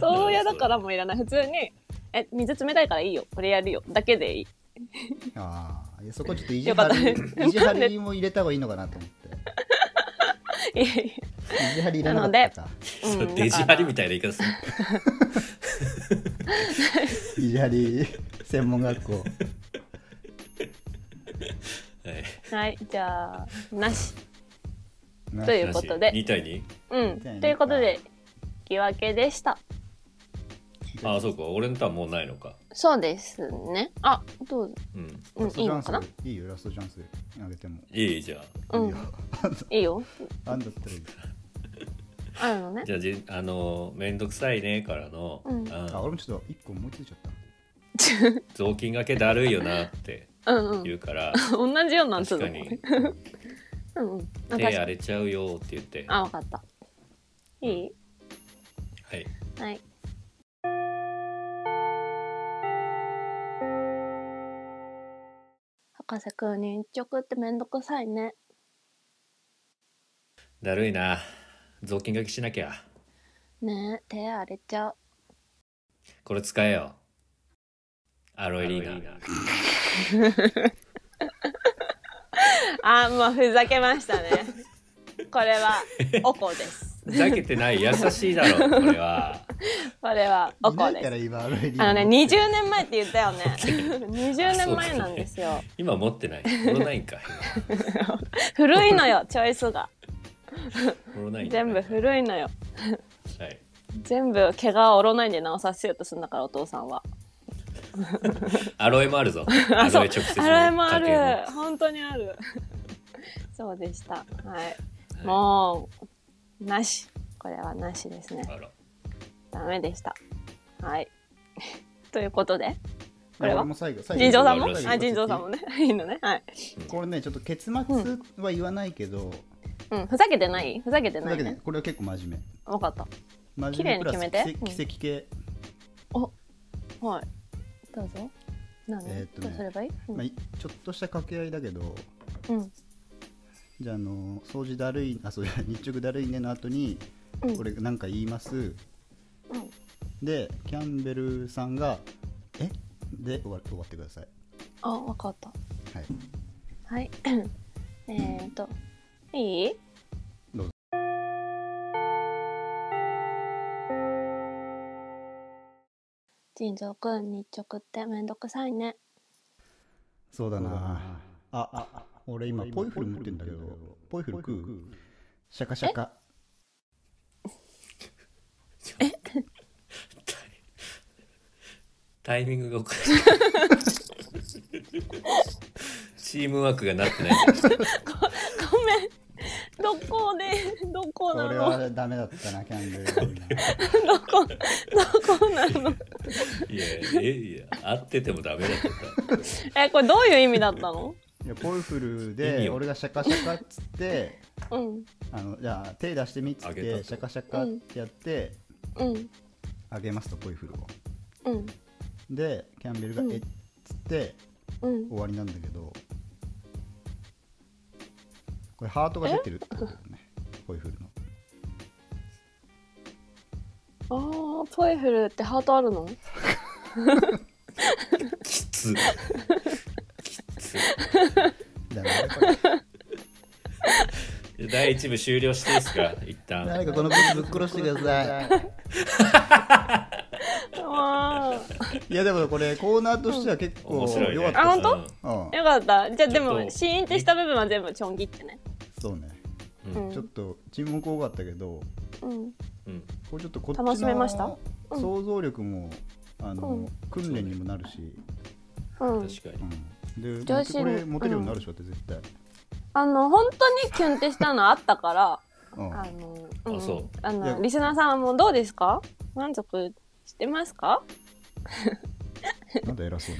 Speaker 1: 豆腐屋だからもいらない。普通に、え、水冷たいからいいよ。これやるよ。だけでいい。
Speaker 3: ああいやそこちょっと意地
Speaker 1: よかった
Speaker 3: 張り意地張りも入れた方がいいのかなと思って
Speaker 1: いやい
Speaker 3: 意地張りいらなかったか
Speaker 1: や
Speaker 2: そううんデジハリみ
Speaker 1: だ
Speaker 2: たいな言い方する
Speaker 3: 意地張り専門学校
Speaker 2: はい
Speaker 1: からはい、じゃあ、なし。
Speaker 3: な
Speaker 1: ということで
Speaker 2: 2対2
Speaker 1: うん。
Speaker 3: じゃあ
Speaker 1: ということで、引き分けでした。
Speaker 2: ああそうか俺のターンもうないのか
Speaker 1: そうですね。あ、どう
Speaker 2: うん
Speaker 1: うん、いいのかない
Speaker 3: いよラストチャンスあげても
Speaker 2: いいじゃ
Speaker 1: う
Speaker 3: いい
Speaker 1: ん
Speaker 3: よ、
Speaker 1: いいよ。
Speaker 3: あんだったらいい
Speaker 1: あるのね
Speaker 2: あ。じゃあじあのめんどくさいねからの、
Speaker 1: うん
Speaker 3: あ俺もちょっと一個思いついちゃった
Speaker 2: 雑巾がけだるいよなって
Speaker 1: うんう
Speaker 2: 言
Speaker 1: ん。
Speaker 2: うから
Speaker 1: 同じよう なんつう
Speaker 2: 確
Speaker 1: の
Speaker 2: か
Speaker 1: も
Speaker 2: に
Speaker 1: ね。うんうん。あ確
Speaker 2: 手
Speaker 1: かに
Speaker 2: 荒れちゃうよって言っては
Speaker 1: あ、わかった。いい
Speaker 2: い
Speaker 1: はい。博士くん、日直ってめんどくさいね。
Speaker 2: だるいな雑巾がけしなきゃ
Speaker 1: ねえ、手荒れちゃう。
Speaker 2: これ使えよアロエリーナ
Speaker 1: あ、もうふざけましたね。これは、おこです。
Speaker 2: ふざけてない優しいだ ろこれは
Speaker 1: これは、おこ
Speaker 3: いない
Speaker 1: で
Speaker 3: から
Speaker 1: す。
Speaker 3: 今あのね
Speaker 1: あのね、20年前って言ったよね。20年前なんですよ。
Speaker 2: 今持ってないオロナインか
Speaker 1: 古いのよ、チョイスが。
Speaker 2: 今オロナイン
Speaker 1: 全部古いのよ。
Speaker 2: はい
Speaker 1: 全部怪我を負わないで治させようとするんだから、お父さんは。
Speaker 2: アロエもあるぞアロエ直接の
Speaker 1: あれもあ
Speaker 2: 家庭の
Speaker 1: る本当にある そうでしたはい、もうなしこれはなしですね
Speaker 2: あら
Speaker 1: ダメでしたはいということでこれは
Speaker 3: 俺も最後最後
Speaker 1: 腎臓さんも
Speaker 2: 最後
Speaker 1: あ腎臓さんもねいいのねはい、
Speaker 3: これねちょっと結末は言わないけど、
Speaker 1: うん、ふざけてないふざけて
Speaker 3: そ
Speaker 1: な
Speaker 3: れだ
Speaker 1: い
Speaker 3: けね
Speaker 1: ね
Speaker 3: これは結構真面
Speaker 1: 分かった
Speaker 3: 目
Speaker 1: 綺麗
Speaker 3: 真面
Speaker 1: に
Speaker 3: 目
Speaker 1: 決めて
Speaker 3: プラス奇跡奇跡系、
Speaker 1: はいどうぞ何、
Speaker 3: えーっとね
Speaker 1: どうすればいい、うん
Speaker 3: まあ、いちょっとした掛け合いだけど
Speaker 1: うん
Speaker 3: じゃああの掃除だるいあそう 日直だるいねの後に
Speaker 1: うん
Speaker 3: 俺なんか言います
Speaker 1: うん
Speaker 3: でキャンベルさんが「えで終わ終わってください
Speaker 1: あ、わかった。
Speaker 3: はい。
Speaker 1: はい。 えーと、いい
Speaker 3: どうぞ
Speaker 1: 腎臓くん、日直ってめんどくさいね。
Speaker 3: そうだな
Speaker 4: な
Speaker 3: ああ俺今
Speaker 4: 今
Speaker 3: ポ
Speaker 4: ポ
Speaker 3: イ
Speaker 4: イ
Speaker 3: フ
Speaker 4: フ
Speaker 3: ル
Speaker 4: ル
Speaker 3: 持っ
Speaker 4: 持ってて
Speaker 3: ん
Speaker 4: ん
Speaker 3: だ
Speaker 4: だ
Speaker 3: け
Speaker 4: け
Speaker 3: ど
Speaker 4: ど
Speaker 3: ポイフル食
Speaker 4: ポイフル
Speaker 3: うシャカシャカ
Speaker 2: タイタイミングがおか しいチームワークがなってない
Speaker 1: ごめん。どこで、どこな
Speaker 3: 俺
Speaker 1: の
Speaker 3: はダメだったなキャンベル
Speaker 1: どこ、どこなの
Speaker 2: いやいやいや合っててもダメだった
Speaker 1: え、これどういう意味だったの
Speaker 3: いやポイフル
Speaker 2: 意味
Speaker 3: で
Speaker 2: を
Speaker 3: 俺がシャカシャカっつって
Speaker 1: うん、
Speaker 3: あのじゃあ手出してみっつっ
Speaker 2: あげた
Speaker 3: て
Speaker 2: と
Speaker 3: シャカシャカってやって
Speaker 1: うん、
Speaker 3: あげますとポイフルを
Speaker 1: うん、
Speaker 3: でキャンベルが
Speaker 1: う
Speaker 3: 「
Speaker 1: ん
Speaker 3: えっ?」つって
Speaker 1: うん。
Speaker 3: 終わりなんだけどこれハートが出てるってことだよねポイフルの
Speaker 1: ああ、ポイフルってハートあるの
Speaker 2: きつきつ
Speaker 3: だからこれ
Speaker 2: 第一部終了していいですか一旦
Speaker 3: 誰かこのブスぶっ殺してくださ い
Speaker 1: あ
Speaker 3: いやでもこれコーナーとしては結構
Speaker 2: 面白いね
Speaker 3: 良かっ
Speaker 1: あ
Speaker 3: た
Speaker 1: 本当
Speaker 2: うん
Speaker 3: うん
Speaker 1: あ、よかった。じゃあで
Speaker 2: ちょっ
Speaker 1: も、
Speaker 2: と
Speaker 1: シーンってした部分は全部ちょん切ってね。
Speaker 3: そうね
Speaker 2: う
Speaker 1: うん
Speaker 3: ちょっと沈黙多かったけど
Speaker 1: うん、
Speaker 2: うん
Speaker 3: これちょっとこっち
Speaker 1: 楽しめました
Speaker 3: の
Speaker 1: うん
Speaker 3: 想像力もあ
Speaker 1: う
Speaker 3: の
Speaker 1: ん
Speaker 3: 訓練にもなるし
Speaker 1: うん。
Speaker 2: 確かに
Speaker 3: うんで
Speaker 1: 女子
Speaker 3: これ
Speaker 1: の
Speaker 3: モテるようになるでしょって絶対
Speaker 1: あの、本当にキュンってしたのあったから、
Speaker 3: うん
Speaker 1: あの、うん
Speaker 2: あそう
Speaker 1: あ
Speaker 3: いや
Speaker 1: の、リスナーさんもどうですか満足してますか
Speaker 3: なんだ偉そう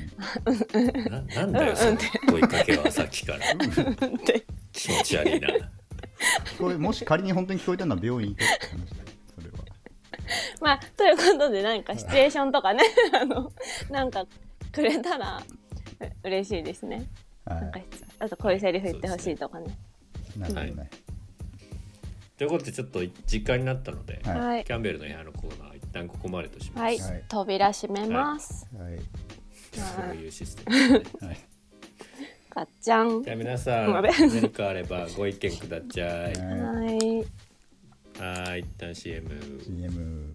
Speaker 3: に
Speaker 2: ななんだよその問いかけはさっきから
Speaker 1: って。
Speaker 2: 気持ち悪いな
Speaker 3: 聞こえもし仮に本当に聞こえたのは病院行けって話だよそれは
Speaker 1: まあ、ということで、なんかシチュエーションとかね、 あの、なんかくれたらう嬉しいですね。
Speaker 3: は
Speaker 1: ないんか、あとこういうセリフ言ってほしいとかね。
Speaker 3: なるほどね
Speaker 2: ということでちょっと時間になったので、
Speaker 3: はい
Speaker 1: はい。
Speaker 2: キャンベルの部屋のコーナー一旦ここまでとします、
Speaker 1: はい
Speaker 3: はい。
Speaker 1: 扉閉めます。
Speaker 3: はい
Speaker 2: そういうシステムです ね
Speaker 3: はい
Speaker 1: かっちゃん。は
Speaker 2: じゃあ皆さん
Speaker 1: ごめん
Speaker 2: 何かあればご意見ください。
Speaker 3: はい
Speaker 1: い。
Speaker 2: はい、一旦 CM。
Speaker 3: CM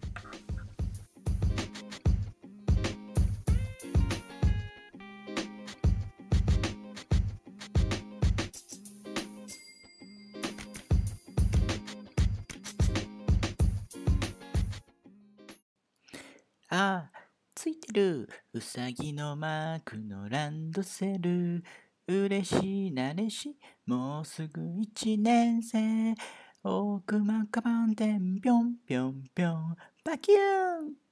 Speaker 4: あーついてるうさぎのマークのランドセル嬉しいなれしもうすぐ一年生奥間カバンでんぴょんぴょんぴょんバキューン